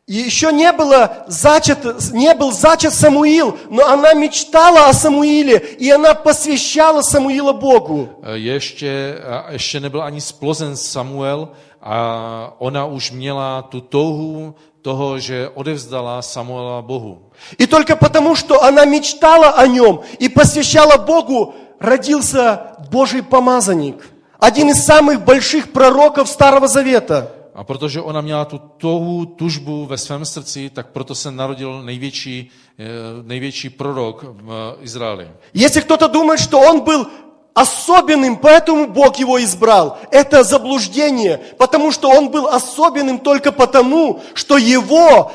[SPEAKER 1] И еще не, было зачат, не был зачат Самуил, но она мечтала о Самуиле, и она посвящала Самуила Богу.
[SPEAKER 2] Eh, Ještě, a ještě nebyl ani splozen Samuel a ona už měla tu touhu toho, že odevzdala Samuela Bohu.
[SPEAKER 1] И только потому, что она мечтала о нем и посвящала Богу, родился Божий помазанник. Один из самых больших пророков Старого Завета.
[SPEAKER 2] A protože ona měla tu touhu, tužbu ve svém srdci, tak proto se narodil největší, eh, největší prorok v eh, Izraeli.
[SPEAKER 1] Если кто-то думает, что он был особенным, поэтому Бог его избрал, это заблуждение, потому что он был особенным только потому, что его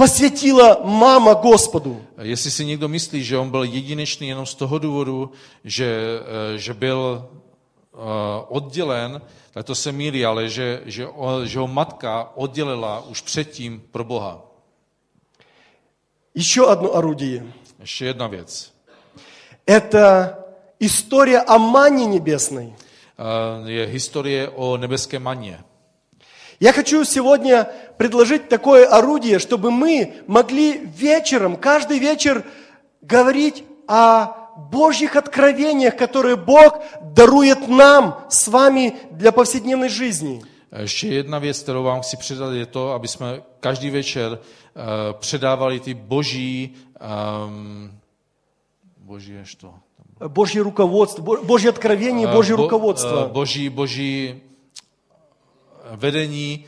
[SPEAKER 1] посвятила мама Господу.
[SPEAKER 2] Jestli si někdo myslí, že on byl jedinečný jenom z toho důvodu, že, eh, že byl eh, oddělen, tak to se mílí, ale že, že, o- že ho matka oddělila už předtím pro Boha.
[SPEAKER 1] Еще одно орудие.
[SPEAKER 2] Ještě jedna věc.
[SPEAKER 1] Это история о мане небесной.
[SPEAKER 2] Eh, Je historie o nebeské maně.
[SPEAKER 1] Я хочу сегодня предложить такое орудие, чтобы мы могли вечером, каждый вечер говорить о Божьих откровениях, которые Бог дарует нам с вами для повседневной жизни.
[SPEAKER 2] Ještě jedna věc, kterou vám chci předat, je to, aby jsme každý večer eh, předávali ty boží, um, boží je to?
[SPEAKER 1] Божье руководство, Бо- Божье откровение,
[SPEAKER 2] Eh,
[SPEAKER 1] Божье
[SPEAKER 2] bo- eh,
[SPEAKER 1] руководство.
[SPEAKER 2] boží, boží vedení,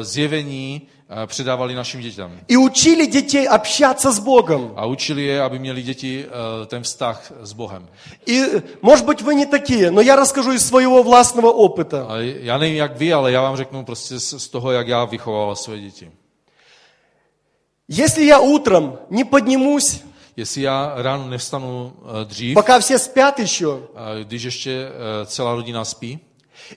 [SPEAKER 2] eh, zjevení eh, předávali našim dětem.
[SPEAKER 1] И учили детей общаться с Богом.
[SPEAKER 2] A učili je, aby měli děti eh, ten vztah s Bohem.
[SPEAKER 1] И, может быть, вы не такие, но я расскажу из своего властного опыта.
[SPEAKER 2] A já nevím, jak vy, ale já vám řeknu prostě z z toho, jak já vychovával své děti.
[SPEAKER 1] Если я утром не поднимусь,
[SPEAKER 2] Jestli já ráno nevstanu eh, dřív,
[SPEAKER 1] пока все спят еще,
[SPEAKER 2] eh, když ještě eh, celá rodina spí,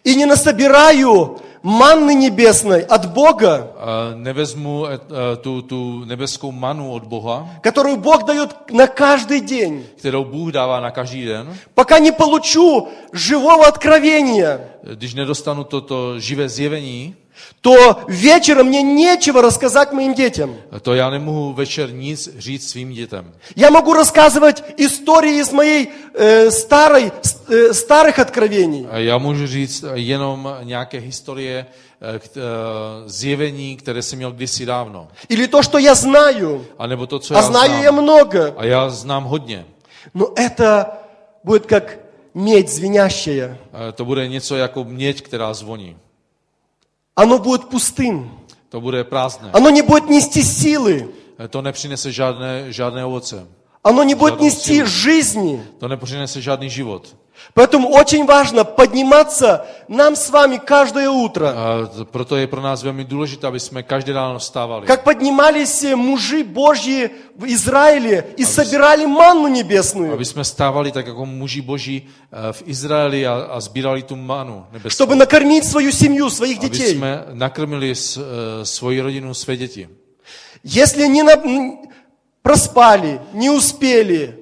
[SPEAKER 1] и не насобираю манны небесной от Бога,
[SPEAKER 2] Eh, nevezmu eh, eh, tu, tu nebeskou manu od Boha,
[SPEAKER 1] которую Бог дает на каждый день,
[SPEAKER 2] kterou Bůh dává na každý den,
[SPEAKER 1] пока не получу живого откровения,
[SPEAKER 2] eh, když nedostanu toto živé zjevení,
[SPEAKER 1] то вечером мне нечего рассказать моим детям.
[SPEAKER 2] eh, to já nemohu večer nic říct svým dětem.
[SPEAKER 1] Я могу рассказывать истории из моей э, старой, с- э, старых откровений.
[SPEAKER 2] Eh, Já můžu říct eh, jenom nějaké historie, eh, k- eh, zjevení, které jsem měl kdysi dávno.
[SPEAKER 1] Или то, что я знаю.
[SPEAKER 2] A nebo to, co
[SPEAKER 1] А
[SPEAKER 2] já
[SPEAKER 1] знаю я
[SPEAKER 2] znám.
[SPEAKER 1] много.
[SPEAKER 2] A já znám hodně.
[SPEAKER 1] Но это будет как медь звенящая.
[SPEAKER 2] Eh, To bude něco jako měď, která zvoní.
[SPEAKER 1] Оно будет пустым.
[SPEAKER 2] To bude prázdné.
[SPEAKER 1] Оно не будет нести силы.
[SPEAKER 2] Eh, To nepřinese žádné, žádné ovoce.
[SPEAKER 1] Оно не будет
[SPEAKER 2] Задумчиво.
[SPEAKER 1] нести жизни.
[SPEAKER 2] To nepřinese žádný život.
[SPEAKER 1] Поэтому очень важно подниматься нам с вами каждое утро.
[SPEAKER 2] A t- proto je pro nás velmi důležité, aby jsme každý ráno vstávali.
[SPEAKER 1] Как поднимались э, мужи Божьи в Израиле и собирали манну небесную,
[SPEAKER 2] Aby jsme stávali tak jako muži boží eh, v Izraeli a, a sbírali tu manu nebeskou.
[SPEAKER 1] чтобы накормить свою семью, своих
[SPEAKER 2] Aby
[SPEAKER 1] детей.
[SPEAKER 2] jsme nakrmili s, eh, svoji rodinu, své děti.
[SPEAKER 1] Если не на- м, проспали, не успели,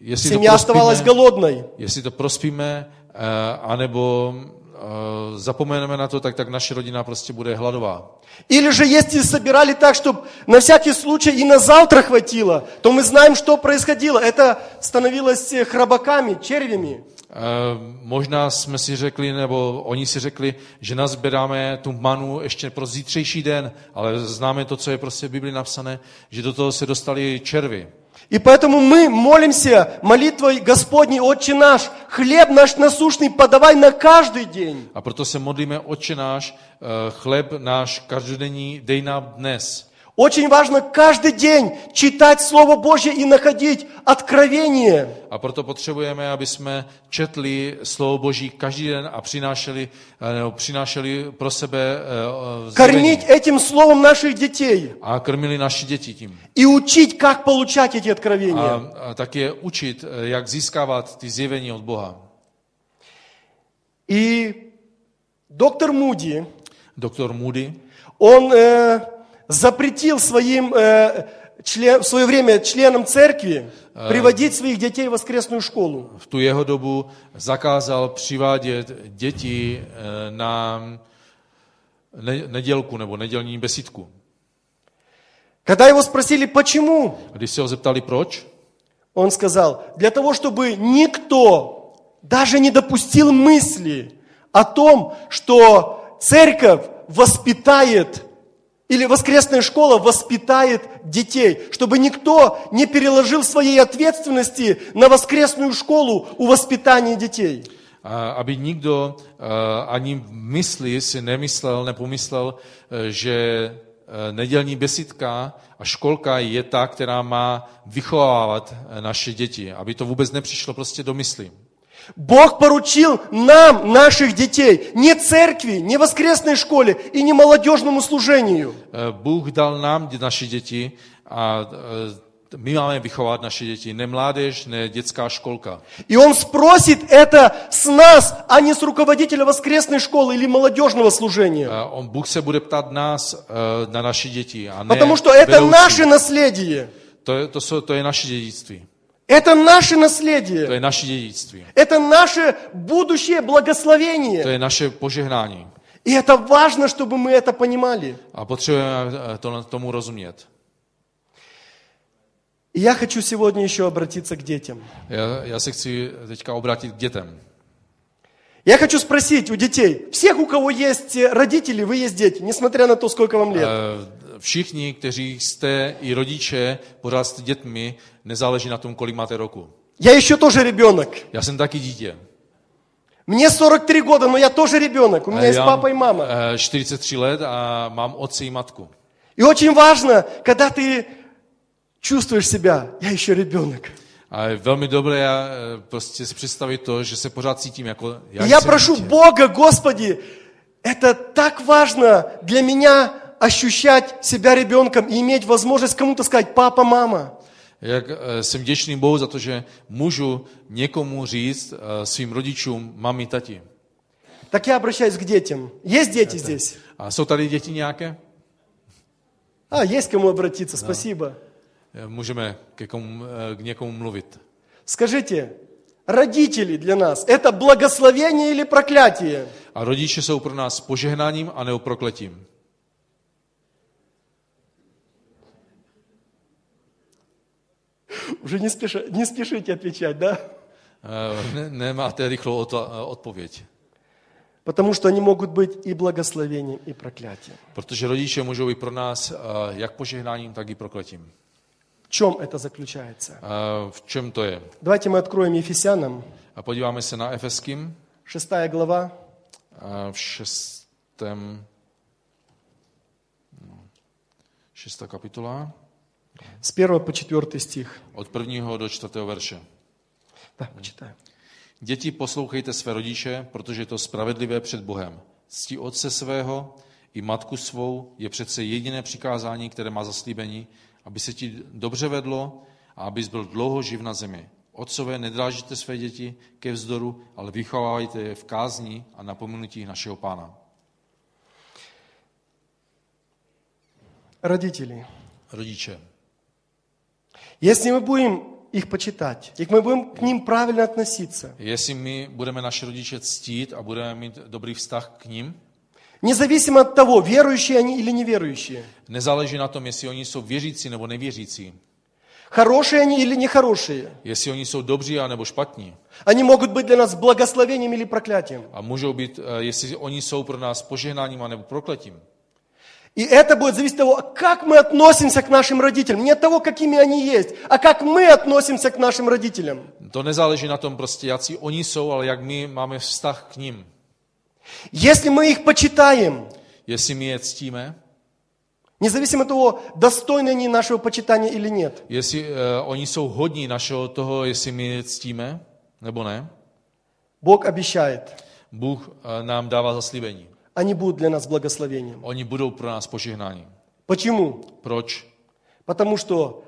[SPEAKER 2] Jestli to
[SPEAKER 1] семья оставалась
[SPEAKER 2] prospíme,
[SPEAKER 1] голодной.
[SPEAKER 2] jestli to prospíme eh, anebo eh, zapomeneme na to, tak, tak naše rodina prostě bude hladová.
[SPEAKER 1] Или же если собирали так, чтобы на всякий случай и на завтра хватило, то мы знаем, что происходило. Это становилось э, храбаками, червями.
[SPEAKER 2] Eh, Možná jsme si řekli, nebo oni si řekli, že nazběráme tu manu ještě pro zítřejší den, ale známe to, co je prostě v Bibli napsané, že do toho se dostali červy.
[SPEAKER 1] И поэтому мы молимся молитвой Господней, Отче наш, хлеб наш насущный подавай на каждый день.
[SPEAKER 2] A proto se modlíme, oče náš, eh, chléb náš každodenní, dej nám dnes.
[SPEAKER 1] Очень важно каждый день читать Слово Божье и находить откровение.
[SPEAKER 2] A proto potřebujeme, aby jsme četli slovo Boží každý den a přinášeli, eh, nebo přinášeli pro sebe eh, eh, zjevení.
[SPEAKER 1] Кормить этим Словом našich детей
[SPEAKER 2] a krmili naše děti tím.
[SPEAKER 1] и учить, как получать эти
[SPEAKER 2] A,
[SPEAKER 1] откровения.
[SPEAKER 2] a tak je učit, eh, jak získávat ty zjevení od Boha.
[SPEAKER 1] И доктор Муди,
[SPEAKER 2] Doktor Moody,
[SPEAKER 1] он э, запретил своим э, член- в свое время членам церкви приводить своих детей в воскресную школу.
[SPEAKER 2] v tu jeho dobu zakázal přivádět děti eh, na ne- nedělku nebo nedělní besídku.
[SPEAKER 1] Когда его sпросили, почему,
[SPEAKER 2] A když se ho zeptali proč,
[SPEAKER 1] Он сказал, для того, чтобы никто даже не допустил мысли о том, что церковь воспитает или воскресная школа воспитает детей, чтобы никто не переложил своей ответственности на воскресную школу у воспитания детей.
[SPEAKER 2] A A aby nikdo eh, ani v mysli si nemyslel, nepomyslel, eh, že eh, nedělní besitka a školka je ta, která má vychovávat eh, naše děti, aby to vůbec nepřišlo prostě do mysli.
[SPEAKER 1] Бог поручил нам наших детей, не церкви, не воскресной школе и не молодежному служению.
[SPEAKER 2] Eh, Bůh dal nám dě- naše děti a eh, my máme vychovávat naše děti, ne mládež, ne dětská školka.
[SPEAKER 1] И Он спросит это с нас, а не с руководителя воскресной школы или молодежного служения.
[SPEAKER 2] Eh, On, Bůh se bude ptát nás eh, na naše děti a ne
[SPEAKER 1] Потому что это
[SPEAKER 2] vedoucí.
[SPEAKER 1] наше наследие.
[SPEAKER 2] To je, to, jsou, to je naše dědictví.
[SPEAKER 1] Это наше
[SPEAKER 2] To
[SPEAKER 1] наследие.
[SPEAKER 2] je naše dědictví.
[SPEAKER 1] Это наше будущее
[SPEAKER 2] To
[SPEAKER 1] благословение.
[SPEAKER 2] je naše požehnání.
[SPEAKER 1] И это важно, чтобы мы это понимали.
[SPEAKER 2] A potřebujeme eh, to, tomu rozumět.
[SPEAKER 1] И я хочу сегодня еще обратиться к детям.
[SPEAKER 2] Já, já se chci teďka obrátit k dětem.
[SPEAKER 1] Я хочу спросить у детей, всех, у кого есть э, родители, вы есть дети, несмотря на то, сколько вам лет.
[SPEAKER 2] Eh, Všichni, kteří jste i rodiče, pořád jste dětmi, nezáleží na tom, kolik máte roku.
[SPEAKER 1] Я еще тоже rебенок.
[SPEAKER 2] Já jsem taky dítě.
[SPEAKER 1] Мне 43 года, но я тоже ребенок. У меня есть
[SPEAKER 2] já
[SPEAKER 1] папа и мама.
[SPEAKER 2] eh, 43 let a mám otce i matku.
[SPEAKER 1] И очень важно, когда ты чувствуешь себя, я еще ребенок.
[SPEAKER 2] A je velmi dobré eh, prostě si představit to, že se pořád cítím jako
[SPEAKER 1] И я
[SPEAKER 2] jsem
[SPEAKER 1] прошу
[SPEAKER 2] dítě.
[SPEAKER 1] Бога, Господи, это так важно для меня ощущать себя ребенком и иметь возможность кому-то сказать, папа, мама.
[SPEAKER 2] Jak eh, jsem vděčný Bohu za to, že můžu někomu říct eh, svým rodičům, mami, tati.
[SPEAKER 1] Так я обращаюсь к детям. Есть дети здесь?
[SPEAKER 2] A jsou tady děti nějaké?
[SPEAKER 1] А, есть кому обратиться, спасибо.
[SPEAKER 2] Eh, Můžeme ke komu, eh, k někomu mluvit.
[SPEAKER 1] Скажите, родители для нас это благословение или проклятие?
[SPEAKER 2] A rodiče jsou pro nás požehnáním a nebo prokletím.
[SPEAKER 1] Уже не, спеша- не спешите отвечать, да?
[SPEAKER 2] Eh, Ne, nemáte rychlou otla- eh, odpověď.
[SPEAKER 1] Потому что они могут быть и благословением, и проклятием.
[SPEAKER 2] Protože rodiče můžou být pro nás eh, jak požehnáním, tak i prokletím.
[SPEAKER 1] В чем это заключается?
[SPEAKER 2] Eh, V čem to je?
[SPEAKER 1] Давайте мы откроем Ефесянам,
[SPEAKER 2] A podíváme se na Efeským
[SPEAKER 1] 6 глава,
[SPEAKER 2] eh, v šestém, no, šestá kapitola.
[SPEAKER 1] с 1 по 4 стих.
[SPEAKER 2] Od prvního do čtvrtého verše.
[SPEAKER 1] Да, почитаю.
[SPEAKER 2] Děti, poslouchejte své rodiče, protože je to spravedlivé před Bohem. Ctí otce svého i matku svou je přece jediné přikázání, které má zaslíbení, aby se ti dobře vedlo a abys byl dlouho živ na zemi. Otcové, nedrážíte své děti ke vzdoru, ale vychovávajte je v kázni a napomenutí našeho pána.
[SPEAKER 1] Родители,
[SPEAKER 2] Rodiče,
[SPEAKER 1] если мы будем их почитать, и мы будем к ним правильно относиться,
[SPEAKER 2] jestli my budeme naše rodiče ctít a budeme mít dobrý vztah k ním,
[SPEAKER 1] независимо от того, верующие они или неверующие,
[SPEAKER 2] nezáleží na tom, jestli oni jsou věřící nebo nevěřící,
[SPEAKER 1] хорошие они или нехорошие,
[SPEAKER 2] jestli oni jsou dobří a nebo špatní.
[SPEAKER 1] Они могут быть для нас благословением или проклятием.
[SPEAKER 2] A můžou být, eh, jestli oni jsou pro nás požehnáním anebo prokletím.
[SPEAKER 1] И это будет зависеть от того, а как мы относимся к нашим родителям. Не от того, какими они есть, а как мы относимся к нашим родителям.
[SPEAKER 2] To nezáleží na tom prostě, jaký oni jsou, ale jak my máme vztah k ním.
[SPEAKER 1] Если мы их почитаем,
[SPEAKER 2] Jestli my je ctíme,
[SPEAKER 1] независимо от того, достойны они нашего почитания или нет,
[SPEAKER 2] jestli eh, oni jsou hodní našeho toho, jestli my je ctíme, nebo ne,
[SPEAKER 1] Бог obещает,
[SPEAKER 2] Bůh eh, nám dává zaslíbení.
[SPEAKER 1] они budут для нас благословением.
[SPEAKER 2] Oni budou pro nás požehnáním.
[SPEAKER 1] Почему?
[SPEAKER 2] Proč?
[SPEAKER 1] Потому что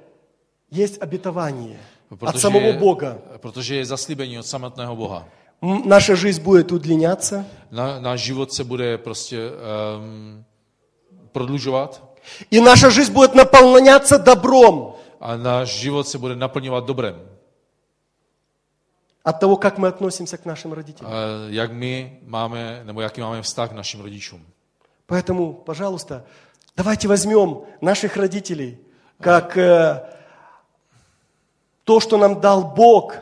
[SPEAKER 1] есть обетование
[SPEAKER 2] Ну,
[SPEAKER 1] от самого Бога.
[SPEAKER 2] protože je zaslíbení od samotného Boha.
[SPEAKER 1] М, Наша жизнь будет удлиняться,
[SPEAKER 2] Na, náš život se bude prostě um, prodlužovat
[SPEAKER 1] и наша жизнь будет наполняться добром
[SPEAKER 2] a náš život se bude naplňovat dobrem.
[SPEAKER 1] от того, как мы относимся к нашим родителям.
[SPEAKER 2] Eh, jak my máme, nebo jaký máme vztah k našim rodičům.
[SPEAKER 1] Поэтому, пожалуйста, давайте возьмем наших родителей как э, то, что нам дал Бог,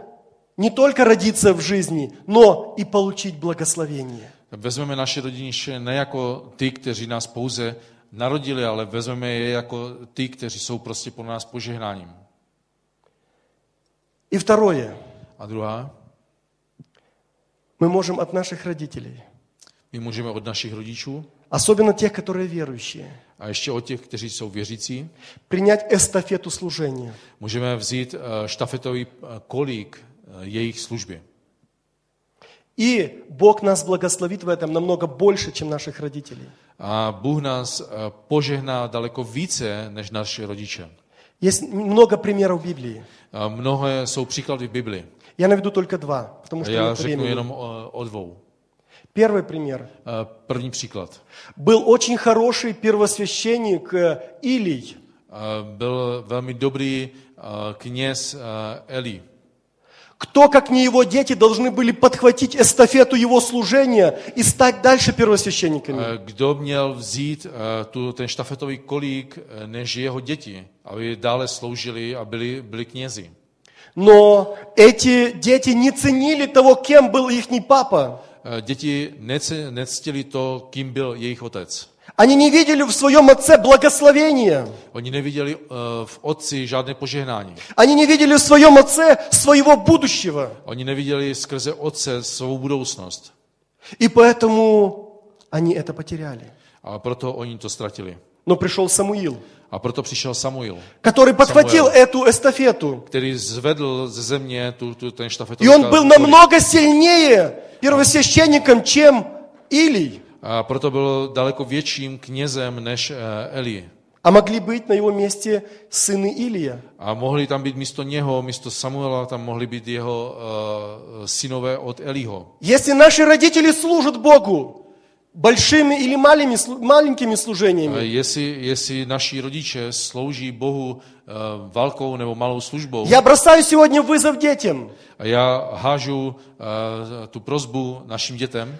[SPEAKER 1] не только родиться в жизни, но и получить благословение.
[SPEAKER 2] Vezmeme naše rodiče ne jako ty, kteří nás pouze narodili, ale vezmeme je jako ty, kteří jsou prostě pro nás požehnáním.
[SPEAKER 1] И второе,
[SPEAKER 2] A druhá,
[SPEAKER 1] мы можем от наших родителей,
[SPEAKER 2] My můžeme od našich rodičů
[SPEAKER 1] особенно тех, которые верующие,
[SPEAKER 2] a ještě od těch, kteří jsou věřící,
[SPEAKER 1] принять эстафету служения.
[SPEAKER 2] můžeme vzít eh, štafetový eh, kolík eh, jejich služby.
[SPEAKER 1] И Бог нас благословит в этом намного больше, чем našich родителей.
[SPEAKER 2] A Bůh nás eh, požehná daleko více než naši rodiče.
[SPEAKER 1] Есть много примеров в Библии.
[SPEAKER 2] A Mnohé jsou příklady v Bibli.
[SPEAKER 1] Я наведу только два, потому
[SPEAKER 2] A
[SPEAKER 1] что
[SPEAKER 2] já
[SPEAKER 1] нет
[SPEAKER 2] řeknu
[SPEAKER 1] времени.
[SPEAKER 2] jenom eh, o dvou.
[SPEAKER 1] Первый пример.
[SPEAKER 2] Eh, První příklad. Eh,
[SPEAKER 1] Был очень хороший первосвященник э, Илий.
[SPEAKER 2] Eh, Byl velmi dobrý eh, kněz eh, Eli.
[SPEAKER 1] Кто, как не его дети, должны были подхватить эстафету его служения и стать дальше первосвященниками?
[SPEAKER 2] Eh, Kdo měl vzít eh, tu, ten štafetový kolík eh, než jeho děti, aby dále sloužili a byli, byli knězi.
[SPEAKER 1] Но эти дети не ценили того, кем был их папа.
[SPEAKER 2] Eh, Děti nece- nectili to, kým byl jejich otec.
[SPEAKER 1] Они не видели в своем отце благословения.
[SPEAKER 2] Oni neviděli eh, v otci žádné požehnání.
[SPEAKER 1] Они не видели в своем отце своего будущего.
[SPEAKER 2] Oni neviděli skrze otce svou budoucnost.
[SPEAKER 1] И поэтому они это потеряли.
[SPEAKER 2] A proto oni to ztratili.
[SPEAKER 1] Но пришел Самуил,
[SPEAKER 2] A proto přišel Samuil,
[SPEAKER 1] который подхватил
[SPEAKER 2] Самуэл.
[SPEAKER 1] эту эстафету.
[SPEAKER 2] který zvedl ze země tu, tu, ten
[SPEAKER 1] И
[SPEAKER 2] štafetový
[SPEAKER 1] он был
[SPEAKER 2] kolík.
[SPEAKER 1] намного сильнее первосвященником, чем Илий.
[SPEAKER 2] A proto byl daleko větším knězem než eh, Eli.
[SPEAKER 1] А могли быть на его месте сыны Илия.
[SPEAKER 2] A mohli tam být místo něho, místo Samuela, tam mohli být jeho uh, synové od Eliho.
[SPEAKER 1] Если наши родители служат Богу большими или малыми слу- маленькими
[SPEAKER 2] Eh,
[SPEAKER 1] служениями,
[SPEAKER 2] Jestli, jestli naši rodiče slouží Bohu uh, velkou nebo malou službou,
[SPEAKER 1] я бросаю сегодня вызов детям.
[SPEAKER 2] a já hážu uh, tu prozbu našim dětem,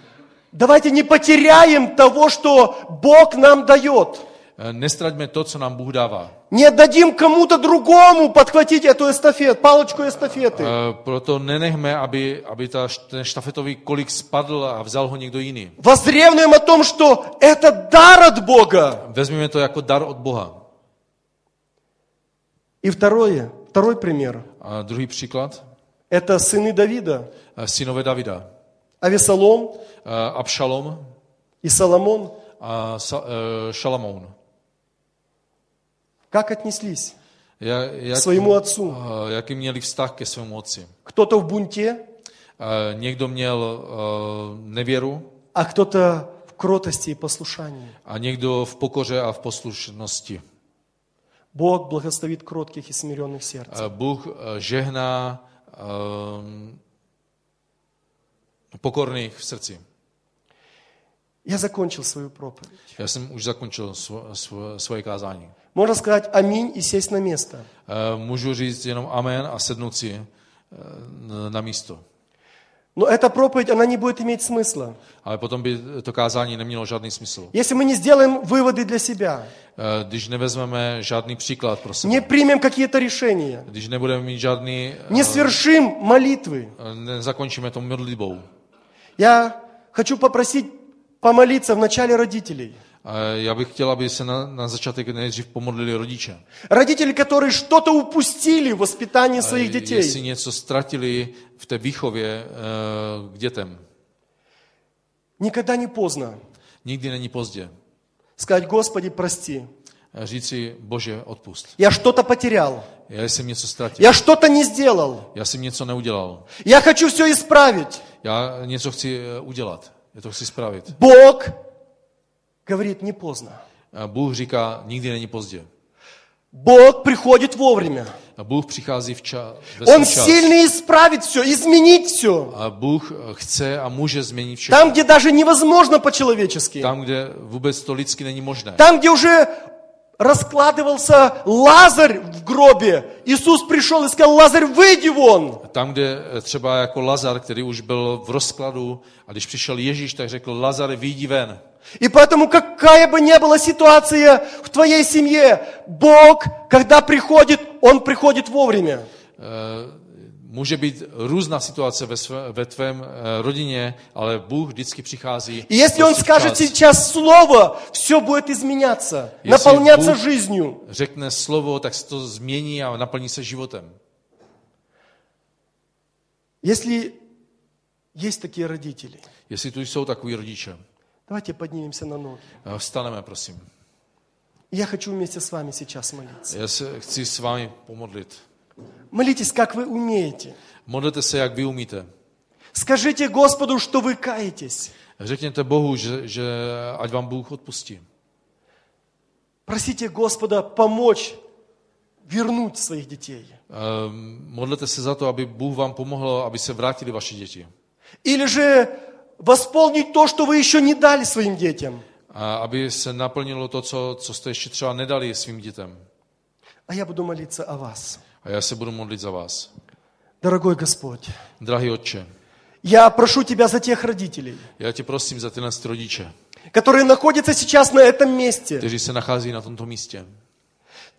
[SPEAKER 1] Давайте не потеряем того, что Бог нам дает.
[SPEAKER 2] eh, nestraťme to, co nám Bůh dává. Eh,
[SPEAKER 1] Не отдадим кому-то другому подхватить эту эстафету, палочку эстафеты.
[SPEAKER 2] Eh, Proto nenechme, aby, aby ta, št- ten štafetový kolik spadl a vzal ho někdo jiný.
[SPEAKER 1] Воздревнуем о том, что это дар от Бога.
[SPEAKER 2] Vezměme to jako dar od Boha.
[SPEAKER 1] И второе, второй пример.
[SPEAKER 2] A druhý příklad,
[SPEAKER 1] Это сыны Давида.
[SPEAKER 2] eh, synové Davida.
[SPEAKER 1] Авесалом
[SPEAKER 2] Eh, Abšalom
[SPEAKER 1] и Соломон.
[SPEAKER 2] a Sa- eh, Šalamoun.
[SPEAKER 1] Как отнеслись
[SPEAKER 2] Ja-
[SPEAKER 1] к
[SPEAKER 2] Jak,
[SPEAKER 1] своему отцу?
[SPEAKER 2] eh, jaký měli vztah ke svému otci.
[SPEAKER 1] Кто-то в бунте,
[SPEAKER 2] Eh, Někdo měl eh, nevěru
[SPEAKER 1] а кто-то в кротости и послушании.
[SPEAKER 2] a někdo v pokoře a v poslušnosti.
[SPEAKER 1] Бог благословит кротких и смиренных сердц.
[SPEAKER 2] Eh, Bůh eh, žehná ehm, pokorných v srdci.
[SPEAKER 1] Я закончил свою проповедь.
[SPEAKER 2] Já jsem už zakončil svo- svo- svoje kázání.
[SPEAKER 1] Можно сказать аминь и сесть на место.
[SPEAKER 2] Eh, Můžu říct jenom amen a sednout si eh, na místo.
[SPEAKER 1] Но эта проповедь, она не будет иметь смысла,
[SPEAKER 2] Ale potom by to kázání nemělo žádný smysl.
[SPEAKER 1] если мы не сделаем vыводы для себя,
[SPEAKER 2] Eh, Když nevezmeme žádný příklad pro sebe,
[SPEAKER 1] не примем какие-то решения,
[SPEAKER 2] když nebudeme mít žádný, eh,
[SPEAKER 1] не свершим молитвы.
[SPEAKER 2] eh, nezakončíme to modlitbou.
[SPEAKER 1] Я хочу попросить помолиться вначале родителей.
[SPEAKER 2] Eh, Já bych chtěl, aby se na, na začátek nejdřív pomodlili rodiče.
[SPEAKER 1] Родители, которые что-то upустили в воспитании своих
[SPEAKER 2] Eh, Jestli
[SPEAKER 1] детей.
[SPEAKER 2] něco ztratili v té výchově eh, k dětem.
[SPEAKER 1] Никогда не поздно
[SPEAKER 2] Nikdy není pozdě.
[SPEAKER 1] сказать, Господи, прости,
[SPEAKER 2] Eh, Říci, bože, odpust.
[SPEAKER 1] я что-то потерял,
[SPEAKER 2] Já jsem něco ztratil.
[SPEAKER 1] я что-то не сделал,
[SPEAKER 2] Já jsem něco neudělal.
[SPEAKER 1] я хочу все исправить.
[SPEAKER 2] Já něco chci eh, udělat. Já to chci spravit.
[SPEAKER 1] Бог говорит, не поздно.
[SPEAKER 2] A Eh, Bůh říká, nikdy není pozdě.
[SPEAKER 1] Бог приходит вовремя.
[SPEAKER 2] A Bůh přichází v ča- ve svůj
[SPEAKER 1] Он
[SPEAKER 2] čas.
[SPEAKER 1] сильно исправит все, изменит все.
[SPEAKER 2] A Bůh eh, chce a může změnit všechno.
[SPEAKER 1] Там, где даже невозможно по-человечески.
[SPEAKER 2] Tam, kde vůbec to lidsky není možné.
[SPEAKER 1] Там, где уже раскладывался Лазарь в гробе. Иисус пришел и сказал, Лазарь, выйди вон.
[SPEAKER 2] Tam, kde eh, třeba jako Lazar, který už byl v rozkladu, a když přišel Ježíš, tak řekl, Lazar, vyjdi ven.
[SPEAKER 1] И поэтому, какая бы ни была ситуация в твоей семье, Бог, когда приходит, Он приходит вовремя.
[SPEAKER 2] Eh, Může být různá situace ve, své, ve tvém eh, rodině, ale Bůh včas. přichází.
[SPEAKER 1] И если Он
[SPEAKER 2] prostě
[SPEAKER 1] скажет
[SPEAKER 2] včas.
[SPEAKER 1] сейчас слово, все будет изменяться,
[SPEAKER 2] Если
[SPEAKER 1] наполняться
[SPEAKER 2] Бог-
[SPEAKER 1] жизнью.
[SPEAKER 2] Řekne slovo, tak se to změní a naplní se životem.
[SPEAKER 1] Если Есть такие родители.
[SPEAKER 2] Jestli tu jsou takový rodiče,
[SPEAKER 1] Давайте поднимемся на ноги.
[SPEAKER 2] eh, vstaneme, prosím.
[SPEAKER 1] И Я хочу вместе с вами сейчас молиться.
[SPEAKER 2] Já se chci s vámi pomodlit.
[SPEAKER 1] Молитесь, как вы умеете.
[SPEAKER 2] Modlete se, jak vy umíte.
[SPEAKER 1] Скажите Господу, что вы каетесь.
[SPEAKER 2] Řekněte Bohu, že, že ať vám Bůh odpustí.
[SPEAKER 1] Просите Господа помочь вернуть своих детей.
[SPEAKER 2] Ehm, Modlete se za to, aby Bůh vám pomohl, aby se vrátili vaše děti.
[SPEAKER 1] Или же восполнить то, что вы еще не дали своим детям.
[SPEAKER 2] A aby se naplnilo to, co, co jste ještě třeba nedali svým dětem.
[SPEAKER 1] А я буду молиться о вас.
[SPEAKER 2] A já se budu modlit za vás.
[SPEAKER 1] Дорогой Господь,
[SPEAKER 2] Drahý Otče,
[SPEAKER 1] я прошу Тебя за тех родителей,
[SPEAKER 2] já tě prosím za tyhle rodiče,
[SPEAKER 1] которые находятся сейчас на этом месте.
[SPEAKER 2] kteří se nachází na tomto místě.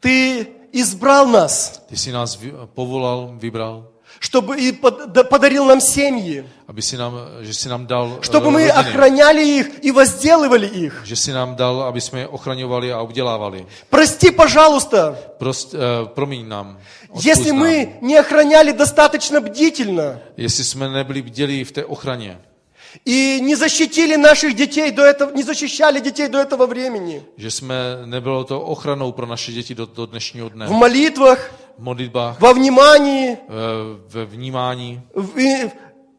[SPEAKER 1] Ты избрал нас,
[SPEAKER 2] Ty jsi nás vy- povolal, vybral,
[SPEAKER 1] чтобы и под- да- подарил нам семьи,
[SPEAKER 2] aby si nám, že si nám dal eh,
[SPEAKER 1] чтобы мы
[SPEAKER 2] rodiny,
[SPEAKER 1] охраняли их и возделывали их.
[SPEAKER 2] že si nám dal, aby jsme je ochraňovali a obdělávali.
[SPEAKER 1] Прости, пожалуйста,
[SPEAKER 2] Prost, eh, promiň nám. odpusť
[SPEAKER 1] если мы
[SPEAKER 2] nám.
[SPEAKER 1] не охраняли достаточно бдительно
[SPEAKER 2] Jestli jsme nebyli bdělí v té ochraně,
[SPEAKER 1] и не защитили наших детей до этого, не защищали детей до этого времени.
[SPEAKER 2] že jsme nebylo to ochranou pro naše děti do, do dnešního dne.
[SPEAKER 1] В молитвах,
[SPEAKER 2] V modlitbách,
[SPEAKER 1] во внимании,
[SPEAKER 2] eh, ve vnímání, eh,
[SPEAKER 1] в- и-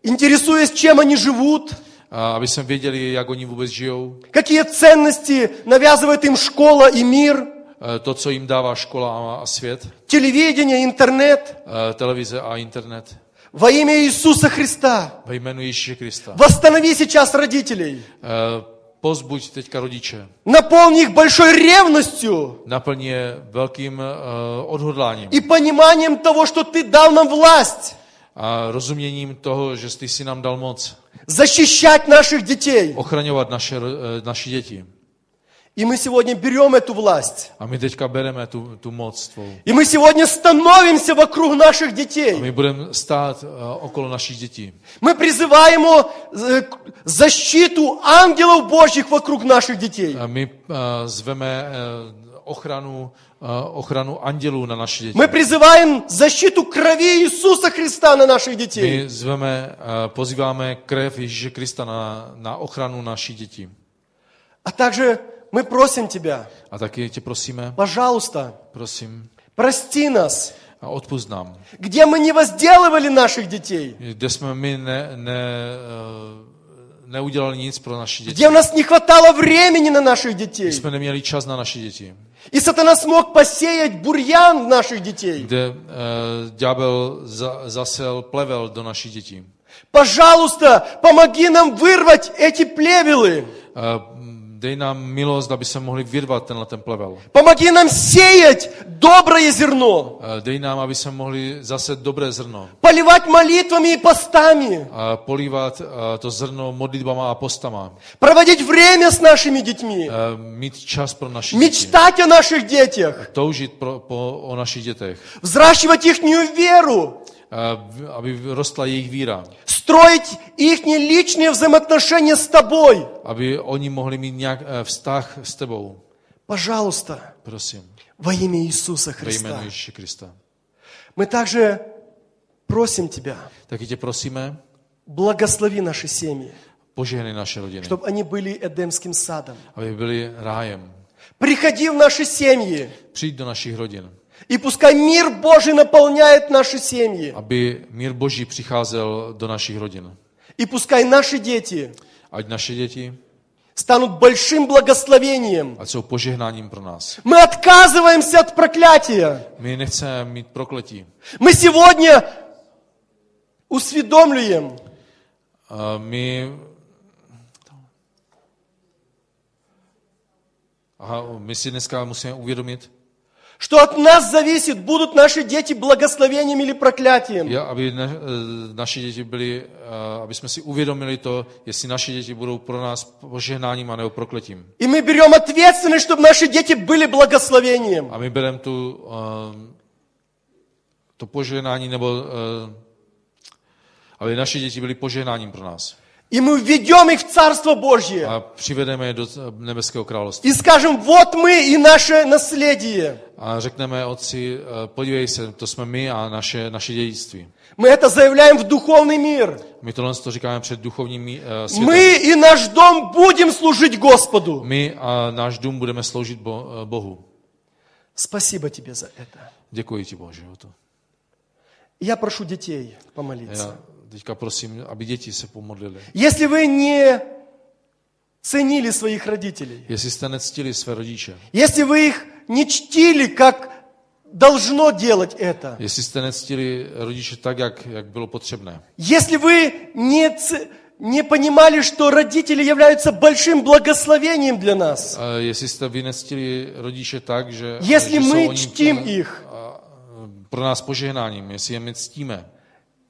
[SPEAKER 1] интересуясь, чем они живут,
[SPEAKER 2] a aby jsme věděli, jak oni vůbec žijou,
[SPEAKER 1] какие ценности навязывает им школа и мир,
[SPEAKER 2] eh, to, co jim dává škola a- a svět,
[SPEAKER 1] телевидение, интернет.
[SPEAKER 2] eh, televize a internet.
[SPEAKER 1] Во имя Иисуса Христа
[SPEAKER 2] Ve jménu Ježíše Krista.
[SPEAKER 1] восстанови сейчас родителей.
[SPEAKER 2] Eh, Pozbuď teďka rodiče.
[SPEAKER 1] Наполни их большой ревностью
[SPEAKER 2] Naplň je velkým eh, odhodláním
[SPEAKER 1] и пониманием того, что Ты дал нам власть
[SPEAKER 2] a rozuměním toho, že ty si nám dal moc
[SPEAKER 1] защищать наших детей.
[SPEAKER 2] ochraňovat naše, eh, naše děti.
[SPEAKER 1] И мы сегодня берем эту власть.
[SPEAKER 2] A my teďka bereme tu, tu moc tvou.
[SPEAKER 1] И мы сегодня становимся вокруг наших
[SPEAKER 2] A
[SPEAKER 1] детей.
[SPEAKER 2] my budeme stát eh, okolo našich dětí.
[SPEAKER 1] Мы призываем о, э, к- защиту ангелов Божьих вокруг наших детей.
[SPEAKER 2] A my eh, zveme eh, ochranu, eh, ochranu andělů na naše děti.
[SPEAKER 1] Мы призываем защиту крови Иисуса Христа на наших детей.
[SPEAKER 2] My zveme, eh, pozýváme krev Ježíše Krista na, na ochranu našich dětí.
[SPEAKER 1] А также мы просим Тебя,
[SPEAKER 2] A taky tě prosíme,
[SPEAKER 1] пожалуйста,
[SPEAKER 2] prosím,
[SPEAKER 1] прости нас,
[SPEAKER 2] a odpust nám.
[SPEAKER 1] где мы не возделывали наших детей,
[SPEAKER 2] Kde jsme my ne, ne, eh, neudělali nic pro naše děti.
[SPEAKER 1] где у нас не хватало времени на наших детей.
[SPEAKER 2] Kde jsme neměli čas na naše děti.
[SPEAKER 1] И сатана смог посеять бурьян в наших детей.
[SPEAKER 2] Kde uh, ďábel za, zasel plevel do našich dětí.
[SPEAKER 1] Пожалуйста, помоги нам вырвать эти плевелы.
[SPEAKER 2] Uh, dej nám milost, aby se mohli vyrvat tenhle ten plevel. Uh,
[SPEAKER 1] Помоги нам сеять доброе зерно,
[SPEAKER 2] Eh, dej nám, aby se mohli zase dobré zrno.
[SPEAKER 1] поливать молитвами и постами,
[SPEAKER 2] A polívat eh, to zrno modlitbama a postama.
[SPEAKER 1] проводить время с našimi детьми,
[SPEAKER 2] Eh, Mít čas pro naše děti.
[SPEAKER 1] мечтать о наших детях,
[SPEAKER 2] Toužit pro, po, o našich dětech.
[SPEAKER 1] взращивать их веру,
[SPEAKER 2] Eh, v- Aby rostla jejich víra.
[SPEAKER 1] строить их личные взаимоотношения с тобой.
[SPEAKER 2] Aby oni mohli mít nějak eh, vztah s tebou.
[SPEAKER 1] Пожалуйста,
[SPEAKER 2] Prosím.
[SPEAKER 1] во имя Иисуса
[SPEAKER 2] Ve jménu
[SPEAKER 1] Христа.
[SPEAKER 2] Ježíše Krista.
[SPEAKER 1] Мы также просим Тебя,
[SPEAKER 2] Taky tě prosíme,
[SPEAKER 1] благослови наши семьи,
[SPEAKER 2] požehnej naše rodiny.
[SPEAKER 1] чтобы они были Эдемским садом.
[SPEAKER 2] Aby byli rájem.
[SPEAKER 1] Приходи в наши семьи,
[SPEAKER 2] Přijď do našich rodin.
[SPEAKER 1] и пускай мир Божий наполняет наши семьи.
[SPEAKER 2] Aby mír Boží přicházel do našich rodin.
[SPEAKER 1] И пускай наши дети
[SPEAKER 2] Ať naše děti,
[SPEAKER 1] станут большим благословением.
[SPEAKER 2] ať jsou požehnáním pro nás.
[SPEAKER 1] Мы отказываемся от проклятия.
[SPEAKER 2] My nechceme mít prokletí.
[SPEAKER 1] Мы сегодня усведомлюем,
[SPEAKER 2] A my... Aha, my si dneska musíme uvědomit,
[SPEAKER 1] что от нас зависит, будут наши дети благословением или проклятием.
[SPEAKER 2] ja- aby ne, eh, naše děti byly, eh, aby jsme si uvědomili to, jestli naše děti budou pro nás požehnáním a nebo prokletím.
[SPEAKER 1] И мы берем ответственность, чтобы наши дети были благословением.
[SPEAKER 2] A my bereme tu, eh, to požehnání, nebo eh, aby naše děti byly požehnáním pro nás.
[SPEAKER 1] И мы введем их в Царство Божье.
[SPEAKER 2] a přivedeme je do eh, nebeského království.
[SPEAKER 1] И скажем, вот мы и наше наследие.
[SPEAKER 2] A řekneme otci, eh, podívej se, to jsme my a naše, naše dědictví.
[SPEAKER 1] Мы это zaявляем в духовный мир.
[SPEAKER 2] My tohle to říkáme před duchovním mí- eh, světem.
[SPEAKER 1] Мы и наш дом будем служить Господу.
[SPEAKER 2] My a náš dům budeme sloužit bo- eh, Bohu.
[SPEAKER 1] Спасибо тебе за это.
[SPEAKER 2] Děkuji ti, Bože, o to.
[SPEAKER 1] Я прошу детей помолиться.
[SPEAKER 2] Já teďka prosím, aby děti se pomodlili.
[SPEAKER 1] Если вы не ценили своих родителей,
[SPEAKER 2] Jestli jste nectili své rodiče,
[SPEAKER 1] если вы их не чтили, как должно delать это,
[SPEAKER 2] jestli jste nectili rodiče tak, jak, jak bylo potřebné,
[SPEAKER 1] если вы не, ц- не понимали, что родители являются большим благословением для нас,
[SPEAKER 2] A jestli jste vy nectili rodiče tak, že,
[SPEAKER 1] Jestli
[SPEAKER 2] že
[SPEAKER 1] my
[SPEAKER 2] jsou oni
[SPEAKER 1] čtím
[SPEAKER 2] pro,
[SPEAKER 1] ich.
[SPEAKER 2] a, e, pro nás požehnáním, jestli je my ctíme,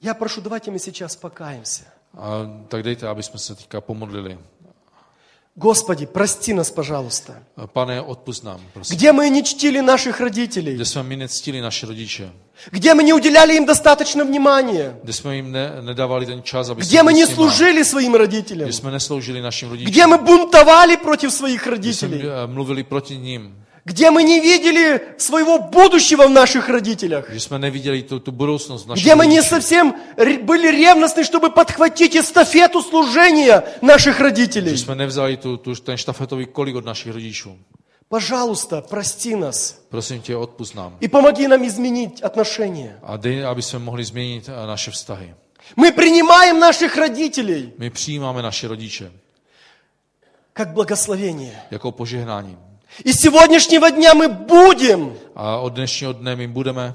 [SPEAKER 1] я прошу, давайте мы сейчас покаемся.
[SPEAKER 2] a, tak dejte, aby jsme se teďka pomodlili.
[SPEAKER 1] Господи, прости нас, пожалуйста.
[SPEAKER 2] Pane, odpust nám, prosím.
[SPEAKER 1] Где мы не чтили наших
[SPEAKER 2] Kde
[SPEAKER 1] родителей,
[SPEAKER 2] jsme my nectili naše rodiče,
[SPEAKER 1] где мы не уделяли им достаточно внимания,
[SPEAKER 2] kde jsme jim ne, nedávali ten čas, aby
[SPEAKER 1] где мы
[SPEAKER 2] byli
[SPEAKER 1] не
[SPEAKER 2] s nima,
[SPEAKER 1] служили своим родителям,
[SPEAKER 2] kde jsme nesloužili našim rodičům,
[SPEAKER 1] где мы bунтовали против своих
[SPEAKER 2] kde jsme
[SPEAKER 1] родителей,
[SPEAKER 2] eh, mluvili proti ním,
[SPEAKER 1] где мы не видели своего будущего в нашich родителях,
[SPEAKER 2] že jsme neviděli tu, tu budoucnost našich
[SPEAKER 1] где мы не
[SPEAKER 2] rodičů,
[SPEAKER 1] совсем ре- были ревностны, чтобы подхватить эстафету служения našich
[SPEAKER 2] že
[SPEAKER 1] родителей.
[SPEAKER 2] jsme nevzali tu, tu, ten štafetový kolik od našich rodičů.
[SPEAKER 1] Пожалуйста, прости нас
[SPEAKER 2] Prosím tě, odpust nám.
[SPEAKER 1] и помоги нам изменить отношения.
[SPEAKER 2] A dej, aby jsme mohli změnit eh, naše vztahy.
[SPEAKER 1] Мы принимаем наших родителей
[SPEAKER 2] My přijímáme naše rodiče
[SPEAKER 1] как благословение.
[SPEAKER 2] jako požehnání.
[SPEAKER 1] И с сегодняшнего дня мы будем
[SPEAKER 2] A od dnešního dne my budeme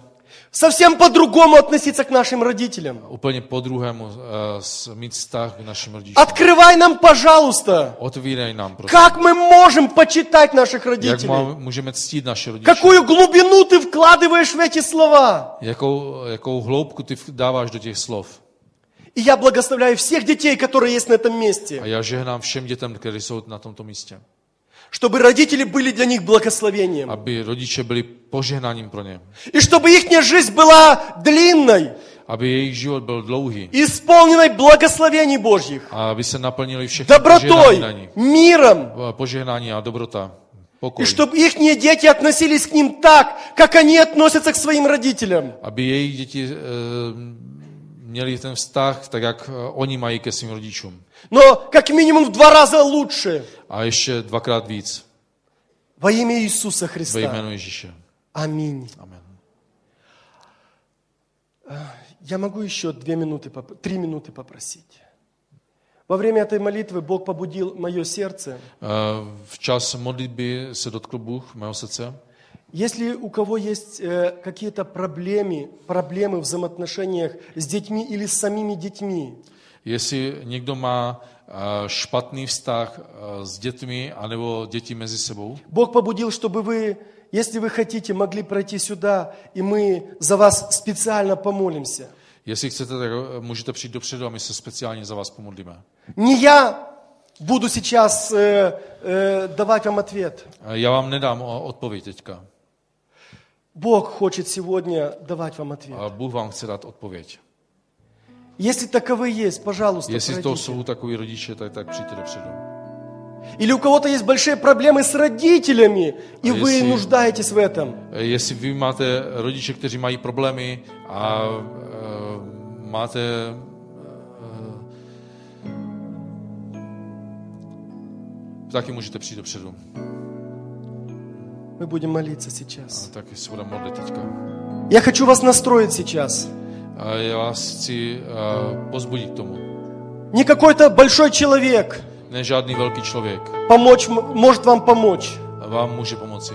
[SPEAKER 1] совсем по-другому относиться к нашим родителям.
[SPEAKER 2] úplně po druhému eh, s- mít vztah k našim rodičům.
[SPEAKER 1] Открывай нам, пожалуйста,
[SPEAKER 2] Otvírej nám, prosím.
[SPEAKER 1] как мы можем почитать наших
[SPEAKER 2] Jak
[SPEAKER 1] родителей.
[SPEAKER 2] má, můžeme ctít naše rodiče?
[SPEAKER 1] Какую глубину ты вкладываешь в эти слова.
[SPEAKER 2] Jakou, jakou hloubku ty v- dáváš do těch slov?
[SPEAKER 1] И я благословляю всех детей, которые есть на этом месте.
[SPEAKER 2] A já žehnám všem dětem, které jsou na tomto místě.
[SPEAKER 1] чтобы родители были для них благословением.
[SPEAKER 2] Aby rodiče byli požehnáním pro ně.
[SPEAKER 1] И чтобы их жизнь была длинной,
[SPEAKER 2] Aby jejich život byl dlouhý.
[SPEAKER 1] исполненной благословений Божьих,
[SPEAKER 2] A aby se naplnili všechny požehnání na
[SPEAKER 1] добротой,
[SPEAKER 2] nich.
[SPEAKER 1] миром.
[SPEAKER 2] Eh, Požehnání a dobrota.
[SPEAKER 1] И
[SPEAKER 2] Pokoj.
[SPEAKER 1] чтобы их дети относились к ним так, как они относятся к своим родителям.
[SPEAKER 2] aby jejich děti eh, měli ten vztah, tak jak eh, oni mají ke svým rodičům.
[SPEAKER 1] Но как минимум в два раза лучше.
[SPEAKER 2] A ještě dvakrát víc
[SPEAKER 1] Во имя Иисуса
[SPEAKER 2] ve
[SPEAKER 1] Христа.
[SPEAKER 2] jménu Ježíše.
[SPEAKER 1] Аминь.
[SPEAKER 2] Amen.
[SPEAKER 1] Я могу еще две минуты, поп- три минуты попросить. Во время этой молитвы Бог побудил мое сердце.
[SPEAKER 2] Eh, V čas modlitby se dotkl Bůh mého srdce.
[SPEAKER 1] Если у кого есть э, какие-то проблемы, проблемы в взаимоотношениях с детьми или с самими детьми,
[SPEAKER 2] Jestli někdo má eh, špatný vztah eh, s dětmi anebo děti mezi sebou,
[SPEAKER 1] Бог побудил, чтобы вы, если вы хотите, могли пройти сюда, и мы за вас spециально помолимся.
[SPEAKER 2] jestli chcete, tak eh, můžete přijít dopředu a my se speciálně za vás pomodlíme.
[SPEAKER 1] Не я буду сейчас э, э, давать вам ответ.
[SPEAKER 2] Eh, Já vám nedám o- odpověď teďka.
[SPEAKER 1] Бог хочет сегодня давать вам ответ.
[SPEAKER 2] A Bůh vám chce dát odpověď.
[SPEAKER 1] Если таковы есть, пожалуйста,
[SPEAKER 2] Jestli to
[SPEAKER 1] пройдите.
[SPEAKER 2] jsou takový rodiče, tak, tak přijďte dopředu.
[SPEAKER 1] Или у кого-то есть большие проблемы с родителями, и
[SPEAKER 2] А
[SPEAKER 1] вы
[SPEAKER 2] если-
[SPEAKER 1] нуждаетесь в этом.
[SPEAKER 2] Jestli vy máte rodiče, kteří mají problémy a e, máte e, e, taky můžete přijít dopředu.
[SPEAKER 1] Мы будем молиться сейчас.
[SPEAKER 2] Tak se budeme modlit teďka.
[SPEAKER 1] Я хочу вас настроить сейчас.
[SPEAKER 2] A já vás chci e, pozbudit k tomu.
[SPEAKER 1] Не какой-то большой человек
[SPEAKER 2] Ne žádný velký člověk
[SPEAKER 1] помочь, м- может вам помочь.
[SPEAKER 2] vám může pomoci.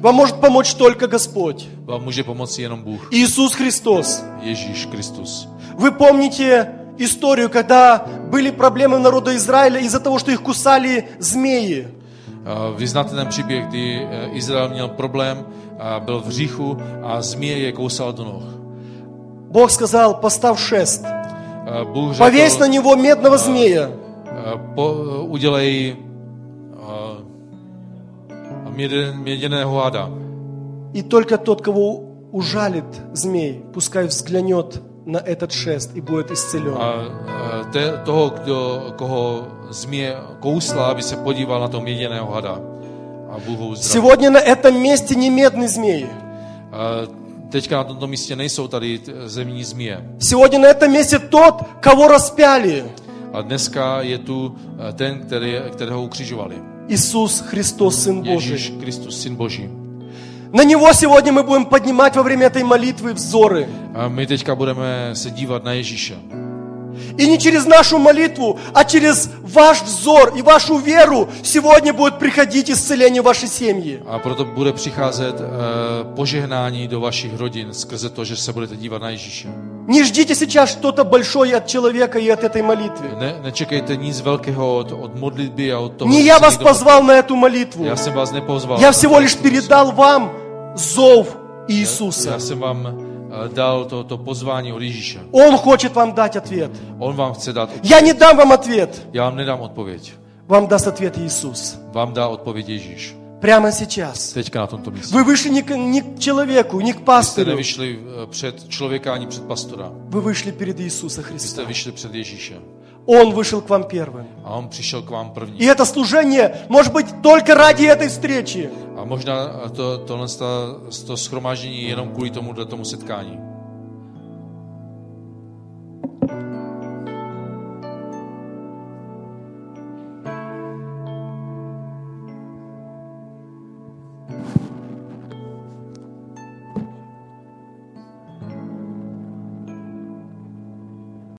[SPEAKER 1] Вам может помочь только Господь.
[SPEAKER 2] Vám může pomoci jenom Bůh,
[SPEAKER 1] Иисус Христос.
[SPEAKER 2] Ježíš Kristus.
[SPEAKER 1] Вы помните историю, когда были проблемы народа Израиля из-за того, что их kусали змеи.
[SPEAKER 2] E, Vy znáte ten příběh, kdy e, Izrael měl problém, a byl v hříchu a změ je kousal do noh.
[SPEAKER 1] Бог сказал, поставь шест,
[SPEAKER 2] Eh, Bůh řekl,
[SPEAKER 1] повесь на него медного змея.
[SPEAKER 2] eh, po, eh, udělej eh, měde- měděného hada.
[SPEAKER 1] И только тот, кого ужалит змей, пускай взглянет на этот шест и будет
[SPEAKER 2] A
[SPEAKER 1] исцелен.
[SPEAKER 2] eh, te, toho, kdo, koho změ kousla, aby se podíval na tom jediného hada. A Bůh ho uzdravil.
[SPEAKER 1] Сегодня на этом месте не медные змеи.
[SPEAKER 2] Eh, Teďka na tomto místě nejsou tady t- zemní změ.
[SPEAKER 1] Сегодня на этом месте тот, кого распяли.
[SPEAKER 2] A dneska je tu eh, ten, který, kterého ukřižovali.
[SPEAKER 1] Иисус Христос, Сын Божий.
[SPEAKER 2] Ježíš Kristus, Syn Boží.
[SPEAKER 1] На Него сегодня мы будем поднимать во время этой молитвы взоры.
[SPEAKER 2] A my teďka budeme se dívat na Ježíše.
[SPEAKER 1] И не через нашу молитву, а через ваш взор и вашу веру сегодня будет приходить исцеление в вашей семьи.
[SPEAKER 2] A proto bude přicházet eh, požehnání do vašich rodin skrze to, že se budete dívat na Ježíše.
[SPEAKER 1] Не ждите сейчас что-то большое от человека и от этой молитвы.
[SPEAKER 2] Ne, nečekejte nic velkého od, od modlitby a od toho.
[SPEAKER 1] Не
[SPEAKER 2] že
[SPEAKER 1] я
[SPEAKER 2] se
[SPEAKER 1] вас
[SPEAKER 2] někdo-
[SPEAKER 1] позвал на эту молитву.
[SPEAKER 2] Já jsem vás nepozval.
[SPEAKER 1] Я всего лишь передал вам зов Иисуса.
[SPEAKER 2] Já jsem vám eh, dal to, to pozvání od Ježíše.
[SPEAKER 1] Он хочет вам дать ответ.
[SPEAKER 2] On vám chce dát.
[SPEAKER 1] Я не дам вам ответ.
[SPEAKER 2] Já vám nedám odpověď.
[SPEAKER 1] Вам даст ответ Иисус.
[SPEAKER 2] Vám dá odpověď Ježíš.
[SPEAKER 1] Prямо сейчас.
[SPEAKER 2] Teďka na tomto místě.
[SPEAKER 1] Вы вышли не к, не к человеку, не к
[SPEAKER 2] Jste
[SPEAKER 1] пастырю.
[SPEAKER 2] nevyšli eh, před člověka ani před pastora.
[SPEAKER 1] Вы вышли перед Иисуса Христа.
[SPEAKER 2] Jste vyšli před Ježíše.
[SPEAKER 1] Он вышел к вам первым.
[SPEAKER 2] A on přišel k vám první.
[SPEAKER 1] И это служение может быть только ради этой встречи.
[SPEAKER 2] A možná to, tohle sta- to schromáždění je jenom kvůli tomu, tomu setkání.